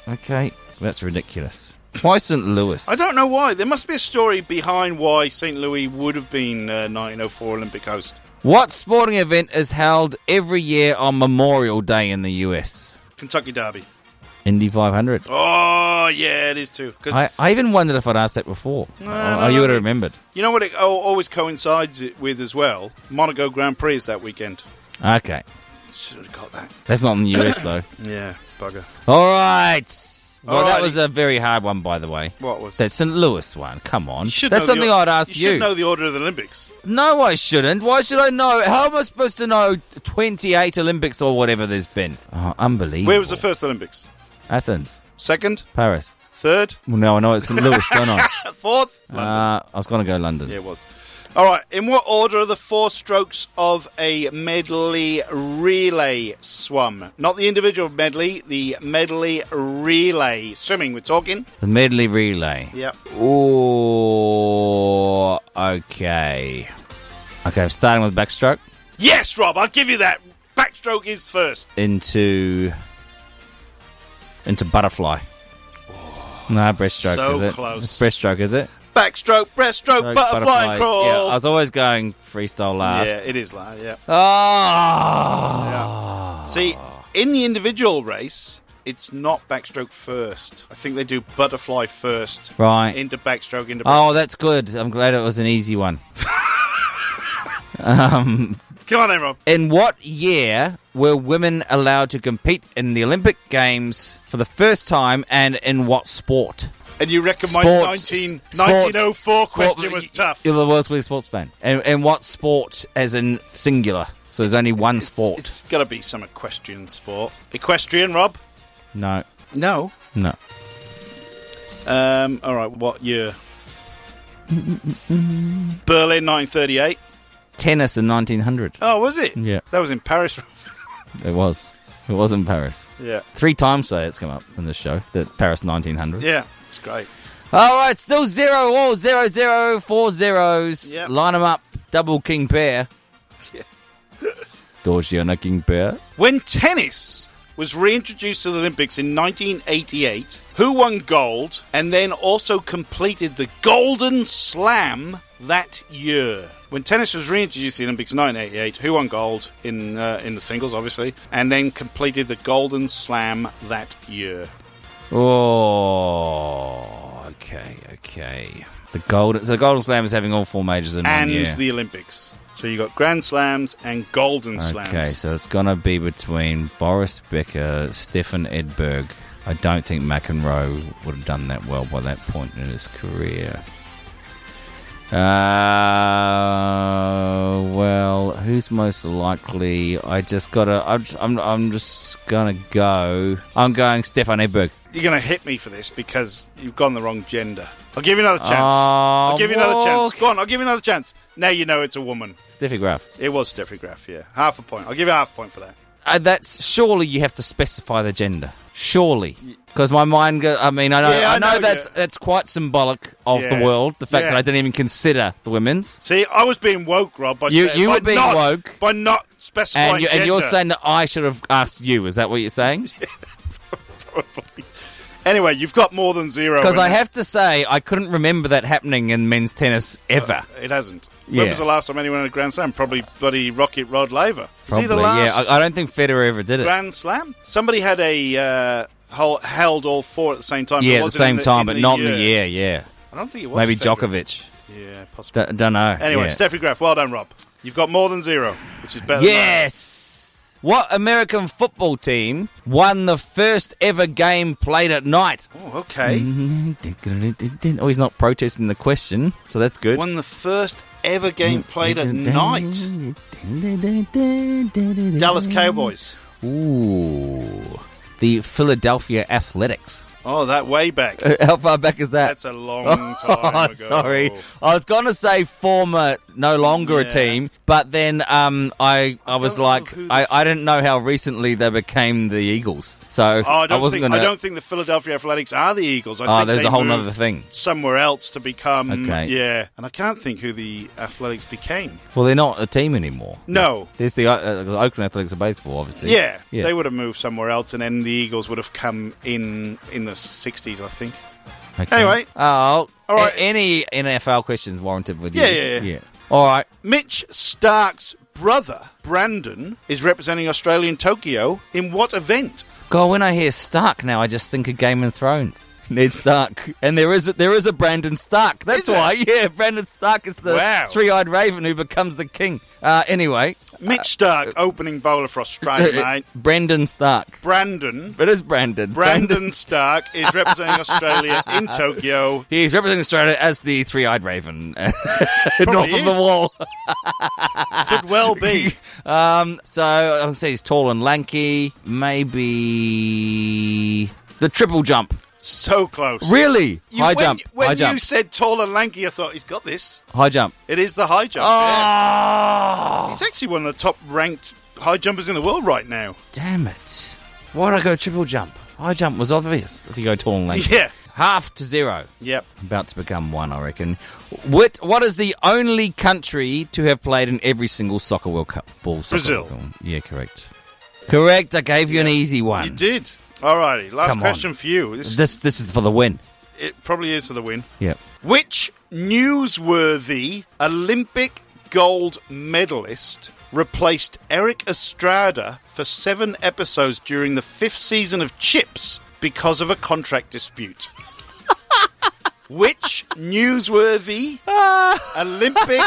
Okay. That's ridiculous. Why St. Louis? I don't know why. There must be a story behind why St. Louis would have been uh, 1904 Olympic host. What sporting event is held every year on Memorial Day in the US? Kentucky Derby. Indy 500. Oh, yeah, it is too. Because I, I even wondered if I'd asked that before. oh, no, you no, would have no. remembered. you know what it al- always coincides it with as well? Monaco Grand Prix is that weekend. Okay. Should have got that. That's not in the US, though. Yeah, bugger. All right. Well, that Alrighty. was a very hard one, by the way. What was it? That St. Louis one. Come on. You should That's know the something or- I'd ask You you. should know the order of the Olympics. No, I shouldn't. Why should I know? How am I supposed to know 28 Olympics or whatever there's been? Oh, unbelievable. Where was the first Olympics? Athens. Second, Paris. third, Well, no, I know it's St. Louis, don't I? fourth. Uh, I was going to go London. Yeah, it was. All right. In what order are the four strokes of a medley relay swum? Not the individual medley, the medley relay swimming. We're talking. The medley relay. Yep. Oh, okay. Okay, I'm starting with backstroke Yes, Rob. I'll give you that. Backstroke is first. into into butterfly. No, breaststroke so is it? close. It's breaststroke is it? Backstroke, breaststroke, Stroke, butterfly, crawl. Yeah, I was always going freestyle last. Yeah, it is last. Yeah. Ah. See, in the individual race, it's not backstroke first. I think they do butterfly first. Right. Into backstroke, into backstroke. Oh, that's good. I'm glad it was an easy one. Come on, then, Rob. In what year were women allowed to compete in the Olympic Games for the first time and in what sport? And you reckon my Sports- 19, sports- 1904 sport- question was tough. You're the world's biggest sports fan. And, and what sport as in singular? So there's only one sport. It's got to be some equestrian sport. Equestrian, Rob? No. No. No. Um, all right, what year? Berlin 938. Tennis in 1900. Oh, was it? Yeah. That was in Paris. It was. It was in Paris. yeah. Three times today it's come up in this show, the Paris 1900. Yeah, it's great. All right, still zero all zero zero four zeros. Yep. Line them up, double king pair. Yeah. Georgiana king pair. When tennis was reintroduced to the Olympics in 1988, who won gold, and then also completed the Golden Slam that year. When tennis was reintroduced to the Olympics in 1988, who won gold in uh, in the singles, obviously, and then completed the Golden Slam that year. Oh, okay, okay. The golden, so the golden slam is having all four majors in and one year. the Olympics. So you got Grand Slams and Golden Slams. okay, so it's gonna be between Boris Becker, Stefan Edberg. I don't think McEnroe would have done that well by that point in his career. Uh, well, who's most likely? I just gotta. I'm, I'm, I'm just gonna go. I'm going Stefan Edberg. You're going to hit me for this because you've gone the wrong gender. I'll give you another chance. Oh, I'll give you another chance. walk. Go on, I'll give you another chance. Now you know it's a woman. Steffi Graf. It was Steffi Graf, yeah. Half a point. I'll give you half a point for that. uh, that's surely you have to specify the gender. Surely, because my mind. Go, I mean, I know, Yeah, I I know, know, that's yeah. that's quite symbolic of Yeah. the world. The fact Yeah. that I didn't even consider the women's, See, I was being woke, Rob. By You- saying- you by were being not, woke. By not specifying and you, and you're gender. saying that I should have asked you. Is that what you're saying? Anyway, you've got more than zero. Because in I it. have to say, I couldn't remember that happening in men's tennis ever. It hasn't. When Yeah. was the last time anyone had a Grand Slam? Probably bloody Rocket Rod Laver. Probably, See the last yeah. I, I don't think Federer ever did it. Grand Slam. Somebody had a uh, hol- held all four at the same time. It yeah, at the wasn't in same time, in but not in the year. Yeah, I don't think it was maybe Federer. Djokovic. Yeah, possibly. D- don't know. anyway, yeah. Steffi Graf, well done, Rob. You've got more than zero, which is better. Yes. What American football team won the first ever game played at night? Than mine. oh, okay. Mm. Oh, he's not protesting the question, so that's good. Won the first ever game Mm. played at night. Dallas Cowboys. Ooh. The Philadelphia Athletics. Oh, that way back. How far back is that? That's a long time Oh, ago. sorry. I was going to say former, no longer Yeah. a team, but then um, I, I, was don't know like, who I, the- I didn't know how recently they became the Eagles. So Oh, I don't wasn't think going I to. don't think the Philadelphia Athletics are the Eagles. I Oh, think there's they a whole moved other thing. Somewhere else to become. Okay. Yeah, and I can't think who the Athletics became. Well, they're not a team anymore. No. There's the, uh, the Oakland Athletics of baseball, obviously. Yeah, yeah. they would have moved somewhere else, and then the Eagles would have come in in the '60s, I think. Okay. Anyway. oh, All right. a- any NFL questions warranted with you? Yeah, yeah, yeah. All right. Mitch Stark's brother Brandon is representing Australia in Tokyo in what event? God, when I hear Stark now, I just think of Game of Thrones. Ned Stark, and there is a, there is a Brandon Stark. That's Is there? why, yeah, Brandon Stark is the Wow. three-eyed raven who becomes the king. Uh, anyway, Mitch Stark, opening bowler for Australia, mate. Brandon Stark. Brandon. It is Brandon. Brandon Stark is representing Australia in Tokyo He's representing Australia as the three-eyed raven, north Probably of the is. wall. Could well be. Um, so I would say he's tall and lanky. Maybe the triple jump. So close. Really? You- high when, jump. When high you jump. said tall and lanky, I thought he's got this. high jump. It is the high jump. yeah. Oh, He's actually one of the top ranked high jumpers in the world right now. damn it! Why did I go triple jump? High jump was obvious. If you go tall and lanky, Yeah. half to zero. Yep. About to become one, I reckon. What What is the only country to have played in every single soccer World Cup? Ball soccer Brazil. World Cup. Yeah, correct. Correct. I gave you an easy one. You did. Alrighty, last Come on. question for you. This, This This is for the win. it probably is for the win. Yep. Which newsworthy Olympic gold medalist replaced Eric Estrada for seven episodes during the fifth season of Chips because of a contract dispute? Which newsworthy Olympic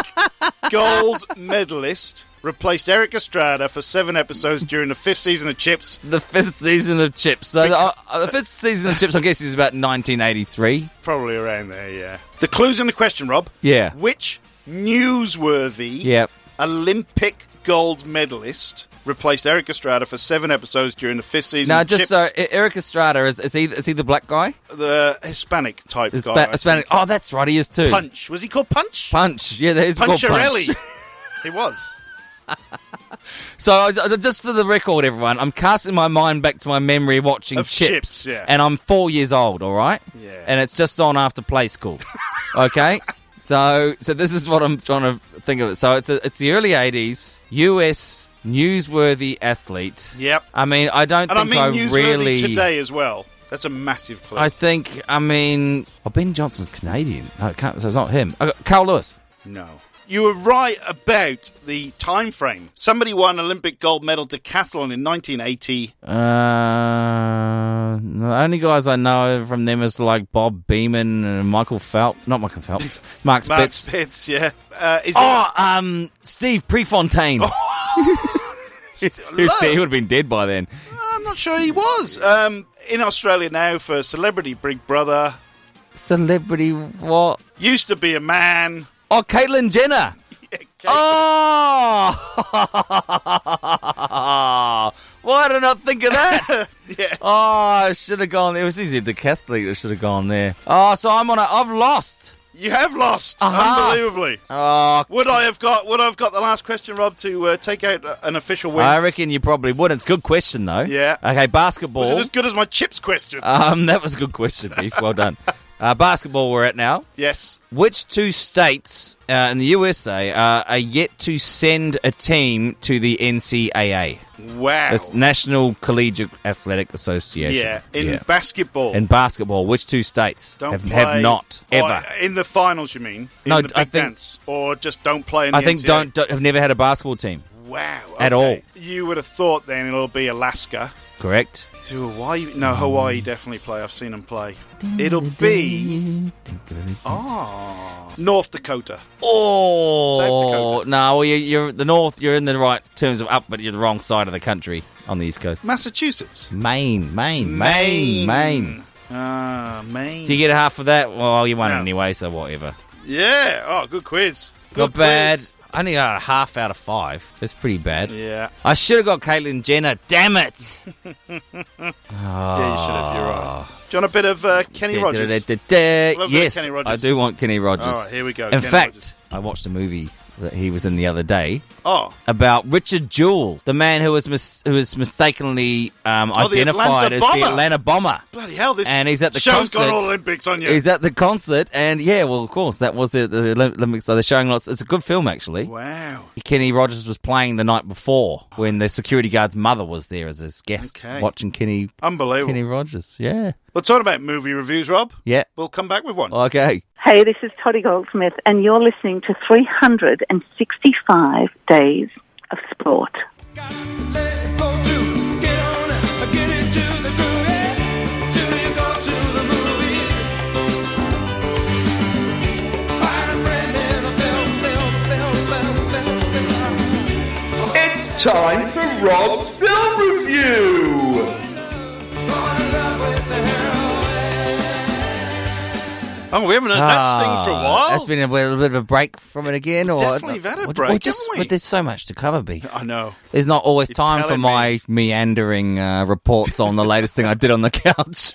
gold medalist replaced Eric Estrada for seven episodes during the fifth season of Chips? The fifth season of Chips. So uh, uh, the fifth season of Chips, I guess, is about 1983. Probably around there, yeah. The clue's in the question, Rob. Yeah. Which newsworthy Yep. Olympic gold medalist replaced Eric Estrada for seven episodes during the fifth season. Now, of Chips, just so E- Eric Estrada is is he is he the black guy? the Hispanic type Is guy, Spa- I Hispanic? think. Oh, that's right. He is too. Punch was he called Punch? Punch. Yeah, that is called Puncharelli. Punch. he was. So, I- I- just for the record, everyone, I'm casting my mind back to my memory watching Of Chips, Chips, yeah. and I'm four years old. All right, Yeah. and it's just on after play school. okay, so so this is what I'm trying to think of it. So it's a, it's the early '80s. U.S. newsworthy athlete. Yep. I mean, I don't And I think mean I newsworthy really. today as well. That's a massive clue. I think. I mean, oh, Ben Johnson's Canadian. No, it can't, so it's not him. I got Carl Lewis. No. You were right about the time frame. Somebody won Olympic gold medal decathlon in 1980. Uh, the only guys I know from them is like Bob Beeman and Michael Phelps. Not Michael Phelps. Mark Mark Spitz. Spitz, yeah. Uh, is Oh, um, Steve Prefontaine. Oh. it, he would have been dead by then. I'm not sure he was. Um, in Australia now for Celebrity Big Brother. Celebrity what? Used to be a man. Oh, Caitlyn Jenner. Oh, why did I not think of that? Yeah. Oh, I should have gone. It was easy. The Catholic I should have gone there. Oh, so I'm on a. I've lost. You have lost, Aha. unbelievably. Oh, Would I have got? Would I have got the last question, Rob, to uh, take out uh, an official win? I reckon you probably would. It's a good question though. Yeah. Okay, basketball. was it as good as my chips question? um, that was a good question, Beef. Well done. Uh, basketball, we're at now. yes. Which two states uh, in the USA uh, are yet to send a team to the NCAA? Wow. That's National Collegiate Athletic Association. yeah. In Yeah. basketball, In basketball, which two states don't have, play have not Oh, ever? in the finals. You mean? In No, the big I think- dance, or just don't play. In I the think NCAA? don't, don't have never had a basketball team. Wow. at okay. all. You would have thought then it'll be Alaska. Correct. To Hawaii? No, Hawaii definitely play. I've seen them play. It'll be ah North Dakota. Oh Dakota. no! Oh, well, you, you're the north. You're in the right terms of up, but you're the wrong side of the country on the east coast. Massachusetts. Maine, Maine, Maine, Maine. Ah, Maine. Do you get half of that? Well, you won No. anyway, so whatever. yeah. Oh, good quiz. Not Good bad. quiz. I only got a half out of five. That's pretty bad. Yeah. I should have got Caitlyn Jenner. Damn it! Yeah, you should have. You're Ah. right. Do you want a bit of uh, Kenny Rogers? Da-da-da-da-da. Love a bit of Yes, Kenny I Rogers. do want Kenny Rogers. All right, here we go, In Kenny fact, Rogers. I watched a movie that he was in the other day Oh, about Richard Jewell, the man who was mis- who was mistakenly um, Oh, the identified Atlanta as the bomber. Atlanta bomber. bloody hell! This And he's at the show's got concert. all Olympics on you. He's at the concert, and yeah, well, of course, that was the, the Olympics. So they're showing lots. It's a good film, actually. wow. Oh. Kenny Rogers was playing the night before when the security guard's mother was there as his guest, Okay. watching Kenny Unbelievable. Kenny Rogers. Yeah, We're talking about movie reviews, Rob. yeah. Oh. We'll come back with one. Okay. Hey, this is Toddy Goldsmith, and you're listening to 365 Days of Sport. It's time for Rob's film review. Oh, we haven't heard that thing for a Ah, while. That's been a little bit of a break from it again, or Definitely we've had a or- or break, just- haven't we? But there's so much to cover, B. I know. There's not always You're time for telling my meandering uh, reports on the latest thing I did on the couch.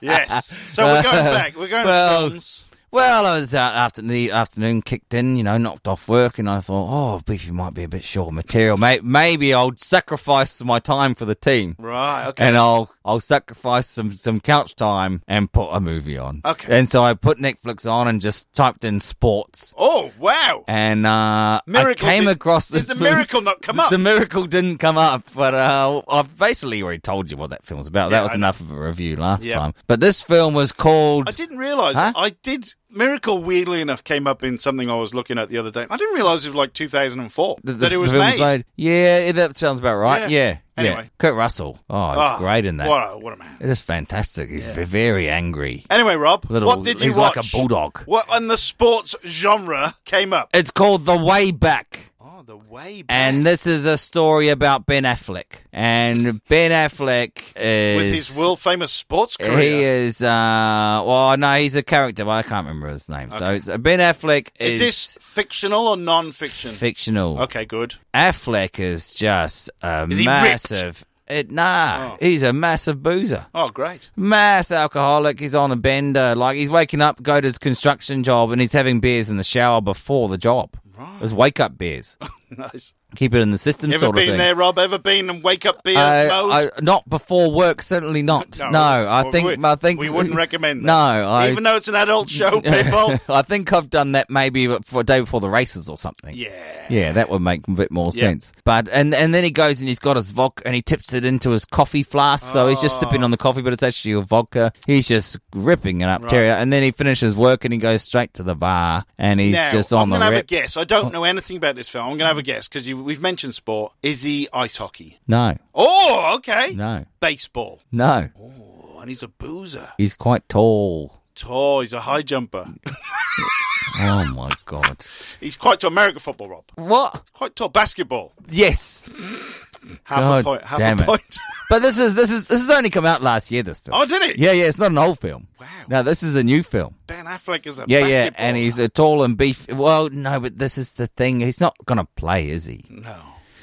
Yes. So we're going back. We're going well, to films. Well, I was out after the afternoon kicked in, you know, knocked off work, and I thought, oh, Beefy might be a bit short of material. May- Maybe I'll sacrifice my time for the team. Right. Okay. And I'll I'll sacrifice some, some couch time and put a movie on. Okay. And so I put Netflix on and just typed in sports, oh wow. and uh, Miracle I came did- across did this. the movie- miracle not come up? The miracle didn't come up, but uh, I've basically already told you what that film was about. Yeah, that was I know. enough of a review last Yeah. time. But this film was called I didn't realise. Huh? I did. Miracle, weirdly enough, came up in something I was looking at the other day. I didn't realise it was like 2004 that it was film made. Yeah, that sounds about Yeah. right. Yeah. yeah. Anyway. Kurt Russell. Oh, he's Ah, great in that. What a, what a man. It is fantastic. He's v- very angry. Anyway, Rob, Little- what did you he's watch? like a bulldog. What on the sports genre came up? It's called The Way Back. Oh, the way back. And this is a story about Ben Affleck. And Ben Affleck is. with his world famous sports career. He is, uh, well, no, he's a character, but I can't remember his name. So it's, Ben Affleck is is, this fictional or non-fiction? fictional. okay, good. Affleck is just a Is he ripped? massive. It, nah, Oh. he's a massive boozer. Oh, great. mass alcoholic. He's on a bender. Like he's waking up, go to his construction job, and he's having beers in the shower before the job. It was wake up beers. nice. keep it in the system, Ever sort of been thing. there, Rob? Ever been in wake up beer mode? Uh, I, not before work, certainly not. No. No, I Well, think we- I think we wouldn't recommend that. No, I Even though it's an adult show, people. I think I've done that maybe for a day before the races or something. yeah. Yeah, that would make a bit more Yeah. sense. But and and then he goes and he's got his vodka and he tips it into his coffee flask, so he's just Oh. sipping on the coffee, but it's actually a vodka. He's just ripping it up, Terry. And then he finishes work and he goes straight to the bar and he's Now, just on I'm the gonna have a rip. Oh. guess. I don't know anything about this film. I'm gonna have a guess because we've mentioned sport. Is he ice hockey? No, Oh, okay. no, Baseball. no. Oh, and he's a boozer. He's quite tall. Tall. He's a high jumper. Oh my god! He's quite tall. American football, Rob. What? Quite tall. Basketball. Yes. Half a God point. Half damn a it. point. But this is this is this has only come out last year. This film. oh, did it? Yeah, yeah. It's not an old film. Wow. No, this is a new film. Ben Affleck is a Yeah, basketball. yeah. And he's a tall and beef. Well, no, but this is the thing. He's not gonna play, is he? no.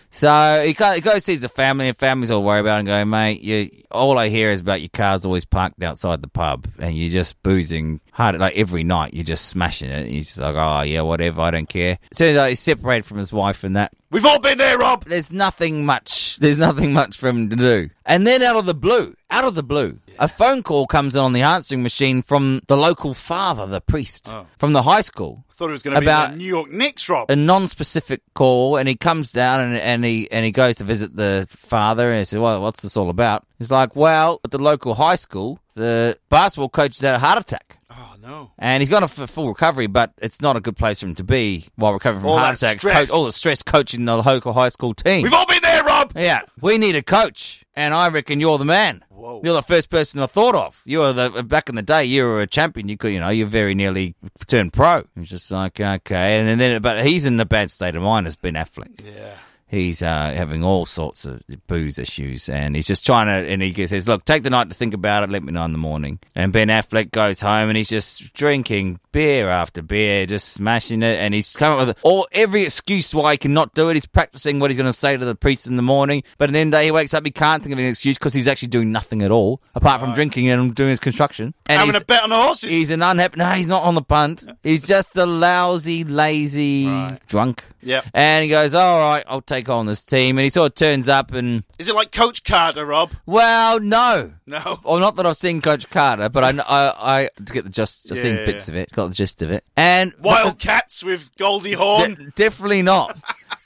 So he go- he goes sees the family, and family's all worried about, it and go, mate. You all I hear is about your car's always parked outside the pub, and you're just boozing hard. Like every night, you're just smashing it. And he's just like, oh yeah, whatever, I don't care. So like, he's separated from his wife and that. We've all been there, Rob. There's nothing much. There's nothing much for him to do. And then out of the blue, out of the blue, a phone call comes in on the answering machine from the local father, the priest Oh. from the high school I thought it was going to be About- the New York Knicks, Rob. a non-specific call, and he comes down and, and he and he goes to visit the father, and he says, "Well, what's this all about?" He's like, "Well, at the local high school, the basketball coach has had a heart attack, oh no. and he's gone off for full recovery, but it's not a good place for him to be while recovering from All heart that attacks. stress. all the stress coaching the local high school team. We've all been there, Rob. yeah, we need a coach, and I reckon you're the man. Whoa. You're the first person I thought of. You were the back in the day. You were a champion. You could, you know, you very nearly turned pro. It's just like okay, and then but he's in a bad state of mind. Has been Affleck. Yeah. He's uh, having all sorts of booze issues, and he's just trying to. And he says, "Look, take the night to think about it. Let me know in the morning." And Ben Affleck goes home, and he's just drinking beer after beer, just smashing it. And he's come up with all every excuse why he cannot do it. He's practicing what he's going to say to the priest in the morning, but at the end of the day, he wakes up, he can't think of an excuse because he's actually doing nothing at all apart from drinking and doing his construction. And Having he's- a bet on the horses. He's an unhappy. No, he's not on the punt. He's just a lousy, lazy drunk. Yep. And he goes, "All right, I'll take on this team." And he sort of turns up, and Is it like Coach Carter, Rob? well, no, No. well, not that I've seen Coach Carter, but I, kn- I, I to get the just, I've seen Yeah. bits of it, got the gist of it, and uh, Wildcats with Goldie De- Hawn. definitely not.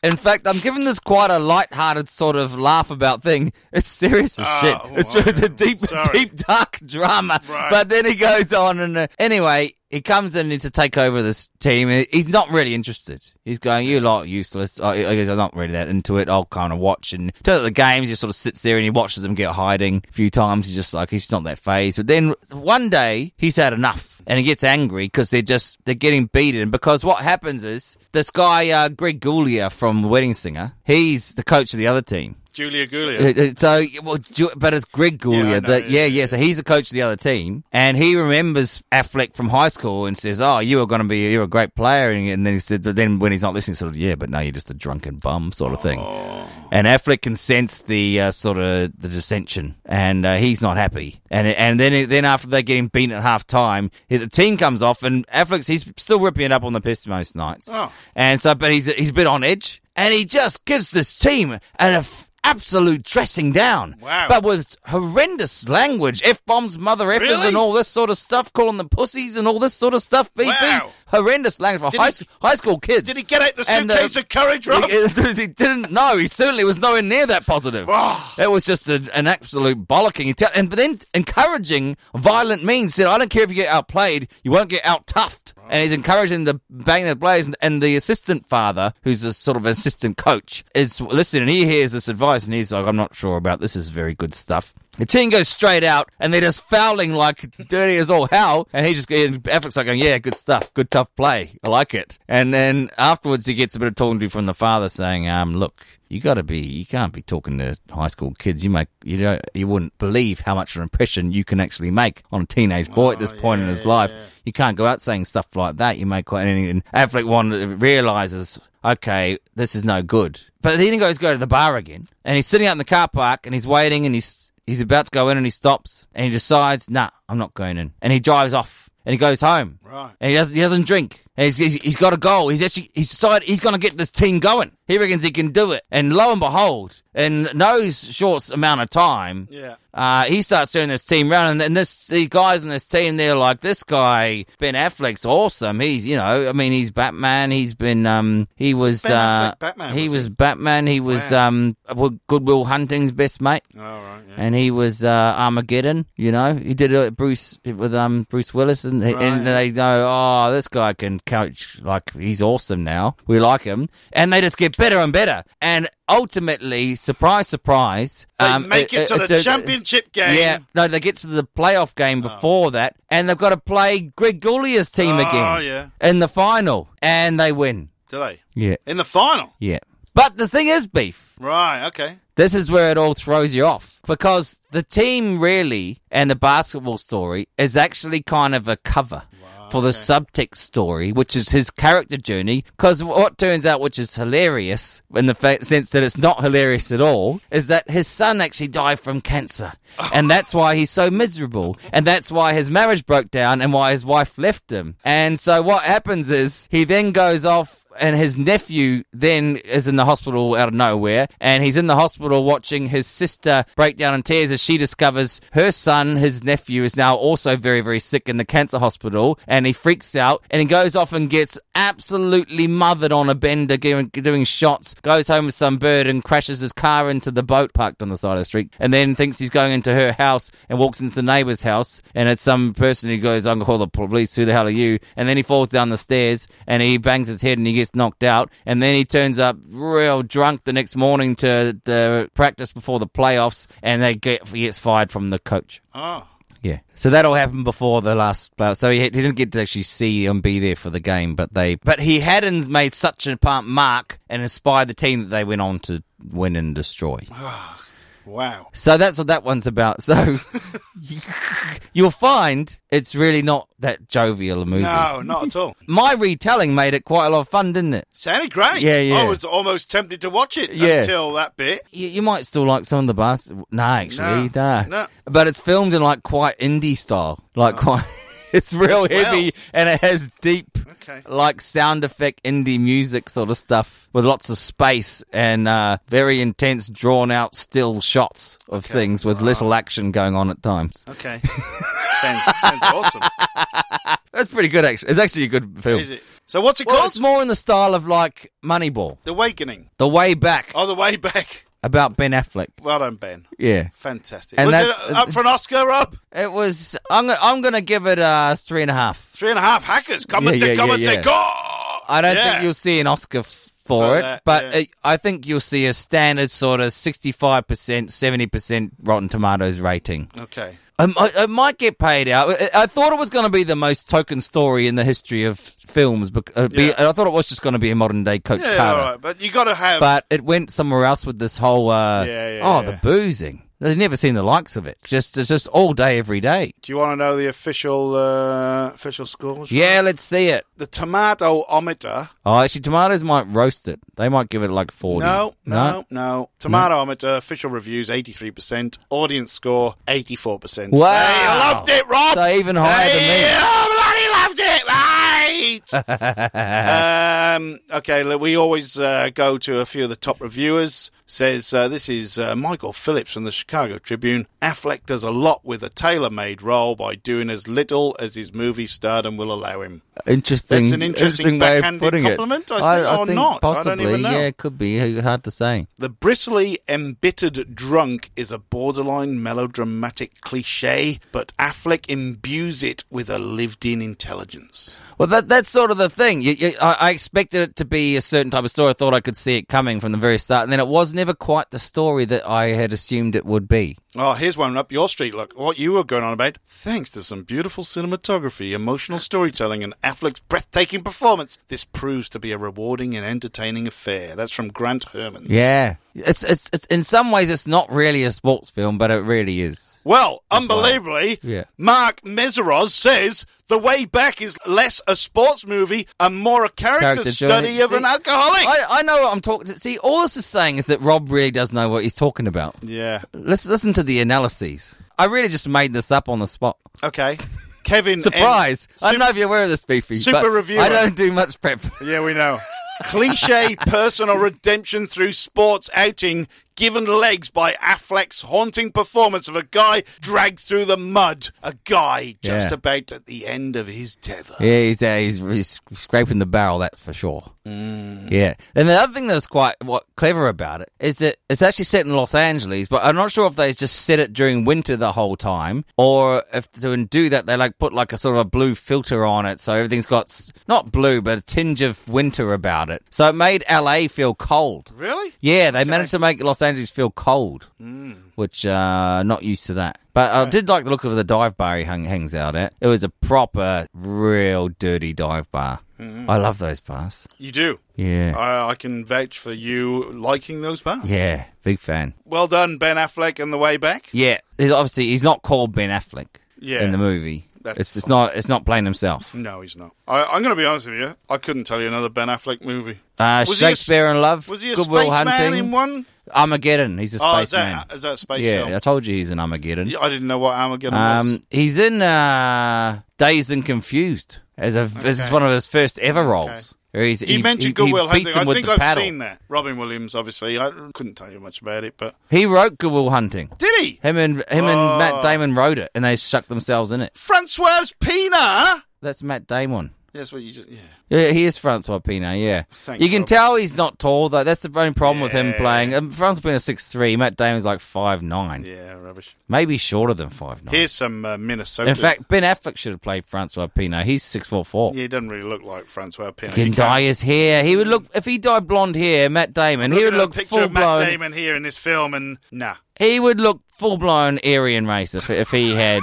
In fact, I'm giving this quite a light-hearted sort of laugh about thing. It's serious as Ah, shit. well, It's, it's a deep, sorry. deep, dark drama. Right. But then he goes on and uh, anyway, he comes in to take over this team. He- He's not really interested. He's going, "You lot are useless." I, I guess I'm not really that into it. I'll kind of watch and turn at the games. He sort of sits there and he watches them get hiding a few times. He's just like he's not that phased. But then one day he's had enough and he gets angry because they're just they're getting beaten. Because what happens is this guy uh, Greg Goulier from Wedding Singer, he's the coach of the other team. Julia Uh, Gulia. uh, So, well, Ju- but it's Greg Yeah, I Goulier. know, Yeah, yeah, yeah, yeah, yeah. So he's the coach of the other team, and he remembers Affleck from high school and says, "Oh, you are going to be, you're a great player." And, and then he said, but then when he's not listening, sort of, yeah, but no, you're just a drunken bum, sort of thing. Oh. And Affleck can sense the uh, sort of the dissension, and uh, he's not happy. And and then then after they get him beaten at half time, the team comes off, and Affleck's he's still ripping it up on the piss most nights. Oh. And so, but he's he's a bit on edge, and he just gives this team an f- absolute dressing down. Wow. But with horrendous language, f bombs, mother effers, Really? and all this sort of stuff, calling them pussies and all this sort of stuff. BP, Wow. horrendous language for Did high, he- s- high school kids. Did he get out the And the- suitcase of courage, Rob? He, he didn't. No, he certainly was nowhere near that positive. Ah. It was just a, an absolute bollocking. He tell- and but then encouraging violent means said, "I don't care if you get outplayed, you won't get out toughed." And he's encouraging the bang the players, and, and the assistant father, who's a sort of assistant coach, is listening. He hears this advice, and he's like, "I'm not sure about this. Is very good stuff." The team goes straight out, and they're just fouling like dirty as all hell. And he just and Affleck's like, going, "Yeah, good stuff, good tough play. I like it." And then afterwards, he gets a bit of talking to from the father, saying, "Um, look, you got to be, you can't be talking to high school kids. You make, you don't, you wouldn't believe how much of an impression you can actually make on a teenage boy at this point in his life. You can't go out saying stuff like that. You make quite anything." And Affleck one realizes, okay, this is no good. But then he goes go to the bar again, and he's sitting out in the car park, and he's waiting, and he's he's about to go in, and he stops, and he decides, nah, I'm not going in, and he drives off, and he goes home, Right. and he doesn't he doesn't drink. And he's, he's, he's got a goal. He's actually he's decided he's going to get this team going. He- He reckons he can do it. And lo and behold, in no short amount of time, Yeah. uh, he starts turning this team around. And, and this, the guys in this team, they're like, this guy, Ben Affleck's awesome. He's, you know, I mean, he's Batman. He's been, um, he was, Ben uh, Affleck Batman, he was was Batman. He was, Wow. um, Goodwill Hunting's best mate All right. Yeah. and he was uh, Armageddon. You know, he did it with Bruce with um Bruce Willis, and, he- Right. and they know, oh, this guy can coach. Like he's awesome now. We like him, and they just get better and better. And ultimately, surprise, surprise, um, They make it to the it's a- championship game. uh, Yeah, no, they get to the playoff game before that, and they've got to play Greg Goulia's team Oh, again yeah. in the final, and they win. Do they? Yeah, In the final. yeah. But the thing is, beef. Right. Okay. This is where it all throws you off because the team really and the basketball story is actually kind of a cover for the subtext story, which is his character journey. Because what turns out, which is hilarious in the fa- sense that it's not hilarious at all, is that his son actually died from cancer. And that's why he's so miserable. And that's why his marriage broke down and why his wife left him. And so what happens is he then goes off and his nephew then is in the hospital out of nowhere and he's in the hospital watching his sister break down in tears as she discovers her son his nephew is now also very very sick in the cancer hospital and he freaks out and he goes off and gets absolutely mothered on a bender doing, doing shots goes home with some bird and crashes his car into the boat parked on the side of the street and then thinks he's going into her house and walks into the neighbour's house and it's some person who goes i'm going to call the police who the hell are you and then he falls down the stairs and he bangs his head and he gets knocked out and then he turns up real drunk the next morning to the practice before the playoffs and they get he gets fired from the coach Oh. yeah. So that all happened before the last playoff. So he, he didn't get to actually see and be there for the game, but they, but he hadn't made such a part mark and inspired the team that they went on to win and destroy. Wow. So that's what that one's about. So you'll find it's really not that jovial a movie. No, not at all. My retelling made it quite a lot of fun, didn't it? Sounded great. Yeah, yeah. I was almost tempted to watch it Yeah. until that bit. You, you might still like some of the bus. No, No, actually, nah. no. But it's filmed in like quite indie style, like quite. It's real Oh. As well. heavy and it has deep, Okay. like sound effect indie music sort of stuff with lots of space and uh, very intense, drawn out still shots of things with little action going on at times. Okay. sounds, sounds awesome. That's pretty good, actually. It's actually a good film. Is it? So what's it Well, called? it's more in the style of like Moneyball, the Awakening. The Way Back, Oh, The Way Back. about Ben Affleck. Well done, Ben. Yeah. Fantastic. And was that's- uh, it up for an Oscar, Rob? It was. I'm gonna. I'm gonna give it a three and a half. Three and a half hackers. Come and Yeah, take, yeah, come yeah, and yeah. take. Oh! I don't Yeah. think you'll see an Oscar f- for For it, that, but yeah. it, I think you'll see a standard sort of sixty-five percent, seventy percent Rotten Tomatoes rating. Okay. Um, I, I might get paid out. I, I thought it was going to be the most token story in the history of films. But uh, be, Yeah. I thought it was just going to be a modern-day Coach Yeah, Carter. all right. But you got to have. But it went somewhere else with this whole. Uh, Yeah, yeah, oh, yeah. the boozing. They've never seen the likes of it. Just it's just all day, every day. do you want to know the official uh, official scores? Yeah, let's see it. The tomato ometer. Oh, actually, tomatoes might roast it. They might give it like 40. No, no, no. Tomato ometer official reviews 83%, audience score 84%. Wow. They loved it, Rob. So even higher than me. me. oh, bloody loved it, mate. um, okay, look, we always uh, go to a few of the top reviewers. Says uh, this is uh, Michael Phillips from the Chicago Tribune. Affleck does a lot with a tailor-made role by doing as little as his movie stardom will allow him. Interesting. That's an interesting way of backhanded putting compliment, it. I think, or not. I don't Possibly. even know. Yeah, it could be. Hard to say. The bristly, embittered drunk is a borderline melodramatic cliche, but Affleck imbues it with a lived in intelligence. Well, that that's sort of the thing. You, you, I, I expected it to be a certain type of story. I thought I could see it coming from the very start, and then it was never quite the story that I had assumed it would be. Oh, here's one up your street. Look, what you were going on about. Thanks to some beautiful cinematography, emotional storytelling, and Affleck's breathtaking performance, this proves to be a rewarding and entertaining affair. That's from Grant Hermans. Yeah, it's it's, it's in some ways it's not really a sports film, but it really is. Well, unbelievably, Yeah. Mark Meseros says The Way Back is less a sports movie and more a character, Character journey. study of See, an alcoholic. I, I know what I'm talking. See, all this is saying is that Rob really does know what he's talking about. yeah. Let's listen to the analyses. I really just made this up on the spot. Okay. Kevin. M. Surprise! I Sup- don't know if you're aware of this, Beefy. Super but reviewer. I don't do much prep. Yeah, we know. Cliche personal redemption through sports outing given legs by Affleck's haunting performance of a guy dragged through the mud. A guy just Yeah. about at the end of his tether. Yeah, he's, uh, he's he's scraping the barrel, that's for sure. Mm. Yeah, and the other thing that's quite what clever about it is that it's actually set in Los Angeles, but I'm not sure if they just set it during winter the whole time, or if to do that they like put like a sort of a blue filter on it, so everything's got s- not blue but a tinge of winter about it. So it made LA feel cold. Really? Yeah, they managed to make Los Angeles feel cold, Mm. which uh, not used to that. But I did like the look of the dive bar he hung, hangs out at. It was a proper, real dirty dive bar. I love those bars. You do. Yeah, Mm. I, I can vouch for you liking those bars. yeah, big fan. Well done, Ben Affleck and the way back. Yeah, he's obviously he's not called Ben Affleck Yeah. in the movie. That's Mm. it's it's not it's not playing himself. No, he's not. I, I'm going to be honest with you. I couldn't tell you another Ben Affleck movie. Uh, Was he a s- Shakespeare in Love, Was he a Goodwill spaceman Hunting, in one? Armageddon. He's a Oh, is spaceman. that, is that a space yeah, film? I told you he's an Armageddon. Yeah, I didn't know what Armageddon was. Um, he's in uh, Dazed and Confused. As a, This is one of his first ever roles. Where he's, You he, mentioned he- he Goodwill Hunting. beats him I with think the I've paddle. seen that. Robin Williams, obviously. I couldn't tell you much about it, but He wrote Goodwill Hunting. did he? Him and him and Oh. Matt Damon wrote it, and they shucked themselves in it. Francois Pina. That's Matt Damon. That's what you just. Yeah. Yeah, he is Francois Pino, yeah. Thank you can God. tell he's not tall, though. That's the only problem with him playing. Um, Francois Pino's 6'3, Matt Damon's like 5'9. Yeah. Rubbish. Maybe shorter than 5'9. Here's some uh, Minnesota. in fact, Ben Affleck should have played Francois Pino. He's 6'4. yeah, he doesn't really look like Francois Pina. He can You can't- dye his hair. He would look if he dyed blonde hair. Matt Damon. He Look would at a look picture full of Matt blown. Damon here in this film, and nah. He would look full blown Aryan race if, if he had